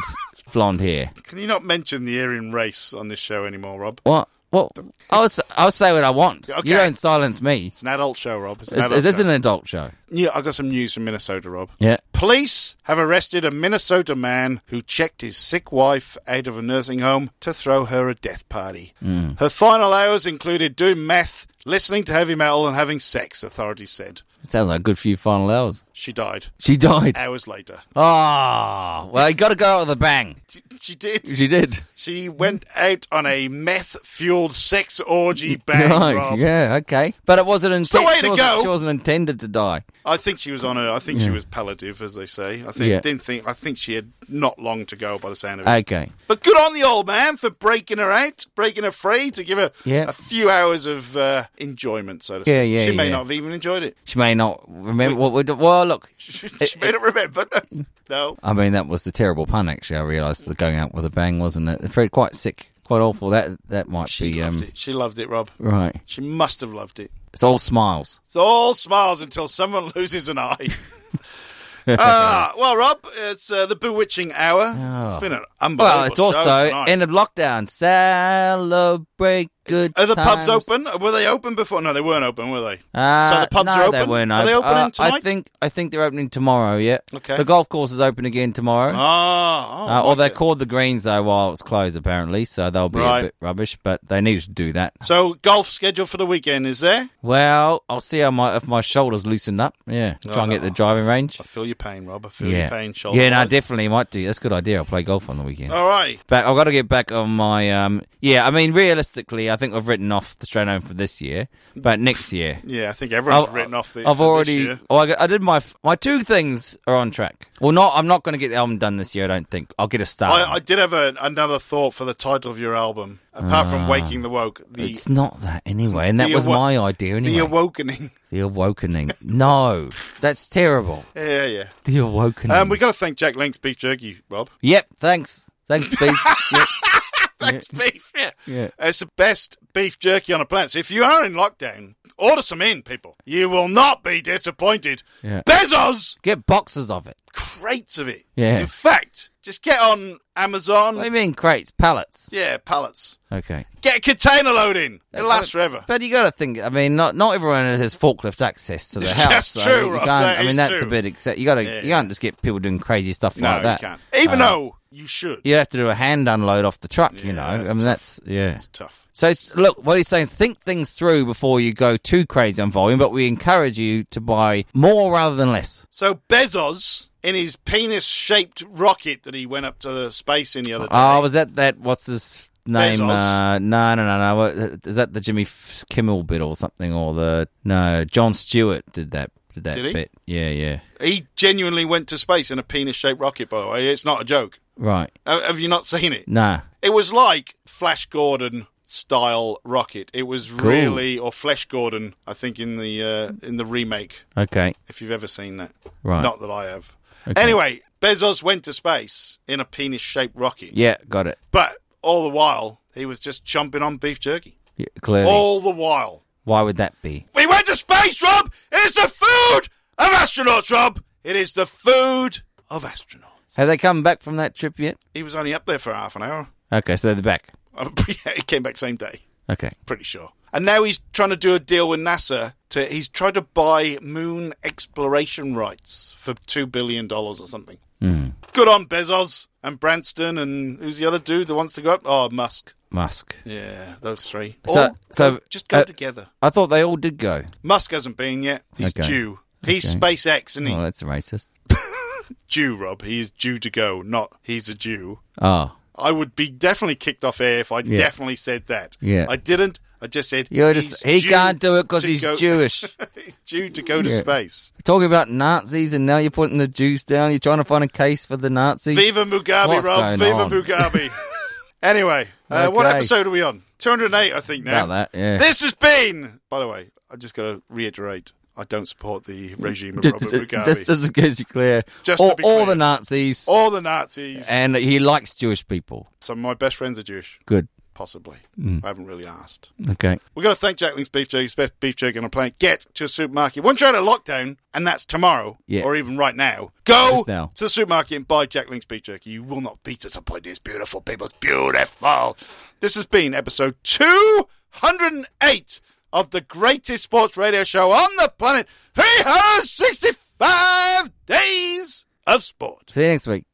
blonde hair. Can you not mention the Aryan race on this show anymore, Rob? What? What? I'll s- I'll say what I want. Okay. You don't silence me. It's an adult show, Rob. It's an It's, adult it is show. an adult show. Yeah, I got some news from Minnesota, Rob. Yeah. Police have arrested a Minnesota man who checked his sick wife out of a nursing home to throw her a death party. Hmm. Her final hours included doing meth, listening to heavy metal, and having sex, authorities said. Sounds like a good few final hours. She died She died. hours later. Oh, well, you got to go out with a bang. She did. She did. She went out on a meth fueled sex orgy bang, Right, Rob. Yeah. Okay. But it wasn't the intended. way She, to wasn't- go. she wasn't intended to die. I think she was on her. I think she was palliative, as they say. I think Yeah. didn't think. I think she had not long to go by the sound of it. Okay. But good on the old man for breaking her out, breaking her free to give her Yeah. a few hours of uh, enjoyment, so to speak. Yeah, yeah, She may yeah. not have even enjoyed it. She may not remember what we. do- Well, look. she It- may not remember. no. I mean, that was the terrible pun. Actually, I realised the going out with a bang wasn't it? It's very quite sick, quite awful. That that might She be loved um, it. She loved it, Rob. right. She must have loved it. It's all smiles. It's all smiles until someone loses an eye. Ah, well, Rob, it's uh, the bewitching hour. It's been an unbelievable Oh. Well, it's show also tonight. end of lockdown. Celebrate good. Are the pubs times. open? Were they open before? No, they weren't open, were they? Uh, so the pubs no, are open. They weren't Are they open. opening Uh, tonight? I think I think they're opening tomorrow. Yeah. Okay. The golf course is open again tomorrow. Ah, oh, Uh, or like they it. called the greens though while it's closed apparently, so they'll be Right. a bit rubbish. But they needed to do that. So golf scheduled for the weekend is there? Well, I'll see how my if my shoulders loosened up. Yeah, try and get the driving range. Oh, I feel your pain, Rob. I feel your Yeah, pain, Oh. shoulder. yeah, no, wise. definitely might do. That's a good idea. I'll play golf on the weekend. All right. But I've got to get back on my um. Yeah, I mean, realistically, I think I've written off the Australian Open for this year, but next year. Yeah, I think everyone's I've- written off the. for I've this already. year. Oh, I, got- I did my f- my two things are on track. Well, not. I'm not going to get the album done this year. I don't think. I'll get a start. I, I did have a, another thought for the title of your album, apart from "Waking the Woke." The Ah. it's not that anyway, and that the was awo- my idea anyway. the awakening. The awakening. No, that's terrible. Yeah, yeah. The awakening. Um, we got to thank Jack Link's beef jerky, Rob. yep. Thanks. Thanks, Beef. Yep. Thanks, beef. Yeah. Yeah. it's the best beef jerky on the planet. So if you are in lockdown, order some in, people. You will not be disappointed. Yeah. Bezos Get boxes of it. crates of it. Yeah. In fact, just get on Amazon. What do you mean crates, pallets? Yeah, pallets. Okay. Get a container load in. It lasts forever. But you got to think. I mean, not not everyone has forklift access to the That's house. so true, You Rob, can't, that I is mean, that's true. a bit. Except you got to. Yeah. You can't just get people doing crazy stuff No, like that. you can't. Even Uh, though you should. you have to do a hand unload off the truck. Yeah, you know. I mean, that's that's yeah. It's tough. So it's- look, what he's saying is think things through before you go too crazy on volume. But we encourage you to buy more rather than less. So Bezos, in his penis-shaped rocket that he went up to the space in the other day, Ah. Oh, was that that? What's his name? Bezos. Uh, no, no, no, no. What- Is that the Jimmy F- Kimmel bit or something? Or the no? John Stewart did that. Did that Did he? bit? Yeah, yeah. He genuinely went to space in a penis-shaped rocket. By the way, it's not a joke. Right. Uh, Have you not seen it? Nah. It was like Flash Gordon style rocket. It was really or Flash Gordon, I think in the uh, in the remake. Okay. If you've ever seen that, Right. Not that I have. Anyway, Bezos went to space in a penis-shaped rocket, Yeah, got it. but all the while he was just chomping on beef jerky. Yeah, clearly. All the while. Why would that be? We went to space, Rob. It's the food of astronauts, Rob. It is the food of astronauts. Have they come back from that trip yet? He was only up there for half an hour. Okay, so they're back. yeah, he came back same day, Okay. pretty sure. And now he's trying to do a deal with NASA. To he's tried to buy moon exploration rights for two billion dollars or something. Hmm. Good on Bezos and Branston and who's the other dude that wants to go up? Oh, Musk. Musk. Yeah, those three. So- Or so, go- just go uh, together. I thought they all did go. Musk hasn't been yet. He's Okay. due. He's Okay. SpaceX, isn't he? Oh, that's racist. Jew, Rob. He is due to go, not he's a Jew. Oh, I would be definitely kicked off air if I Yeah. definitely said that. Yeah. I didn't. I just said you're just he he's due can't do it because to he's go- Jewish. he's due to go to Yeah. space. Talking about Nazis, and now you're putting the Jews down. You're trying to find a case for the Nazis. Viva Mugabe, What's Rob. going Viva on? Mugabe. anyway, uh, what Okay. episode are we on? 208, I think now. About that, yeah. This has been. By the way, I just got to reiterate. I don't support the regime of Just, Robert just, Mugabe just as you clear, Just to all, be all clear. the Nazis, or the Nazis. and he likes Jewish people. Some of my best friends are Jewish, Good. possibly. Hmm. I haven't really asked. Okay. We've got to thank Jacklin's Beef Jerky. It's the best beef jerky on the planet. Get to a supermarket. Once you're out of lockdown, and that's tomorrow, Yeah. or even right now, go Just now. to the supermarket and buy Jacklin's Beef Jerky. You will not be disappointed. It's beautiful, people. It's beautiful. This has been episode 208 of the greatest sports radio show on the planet 365 Days of Sport. See you next week.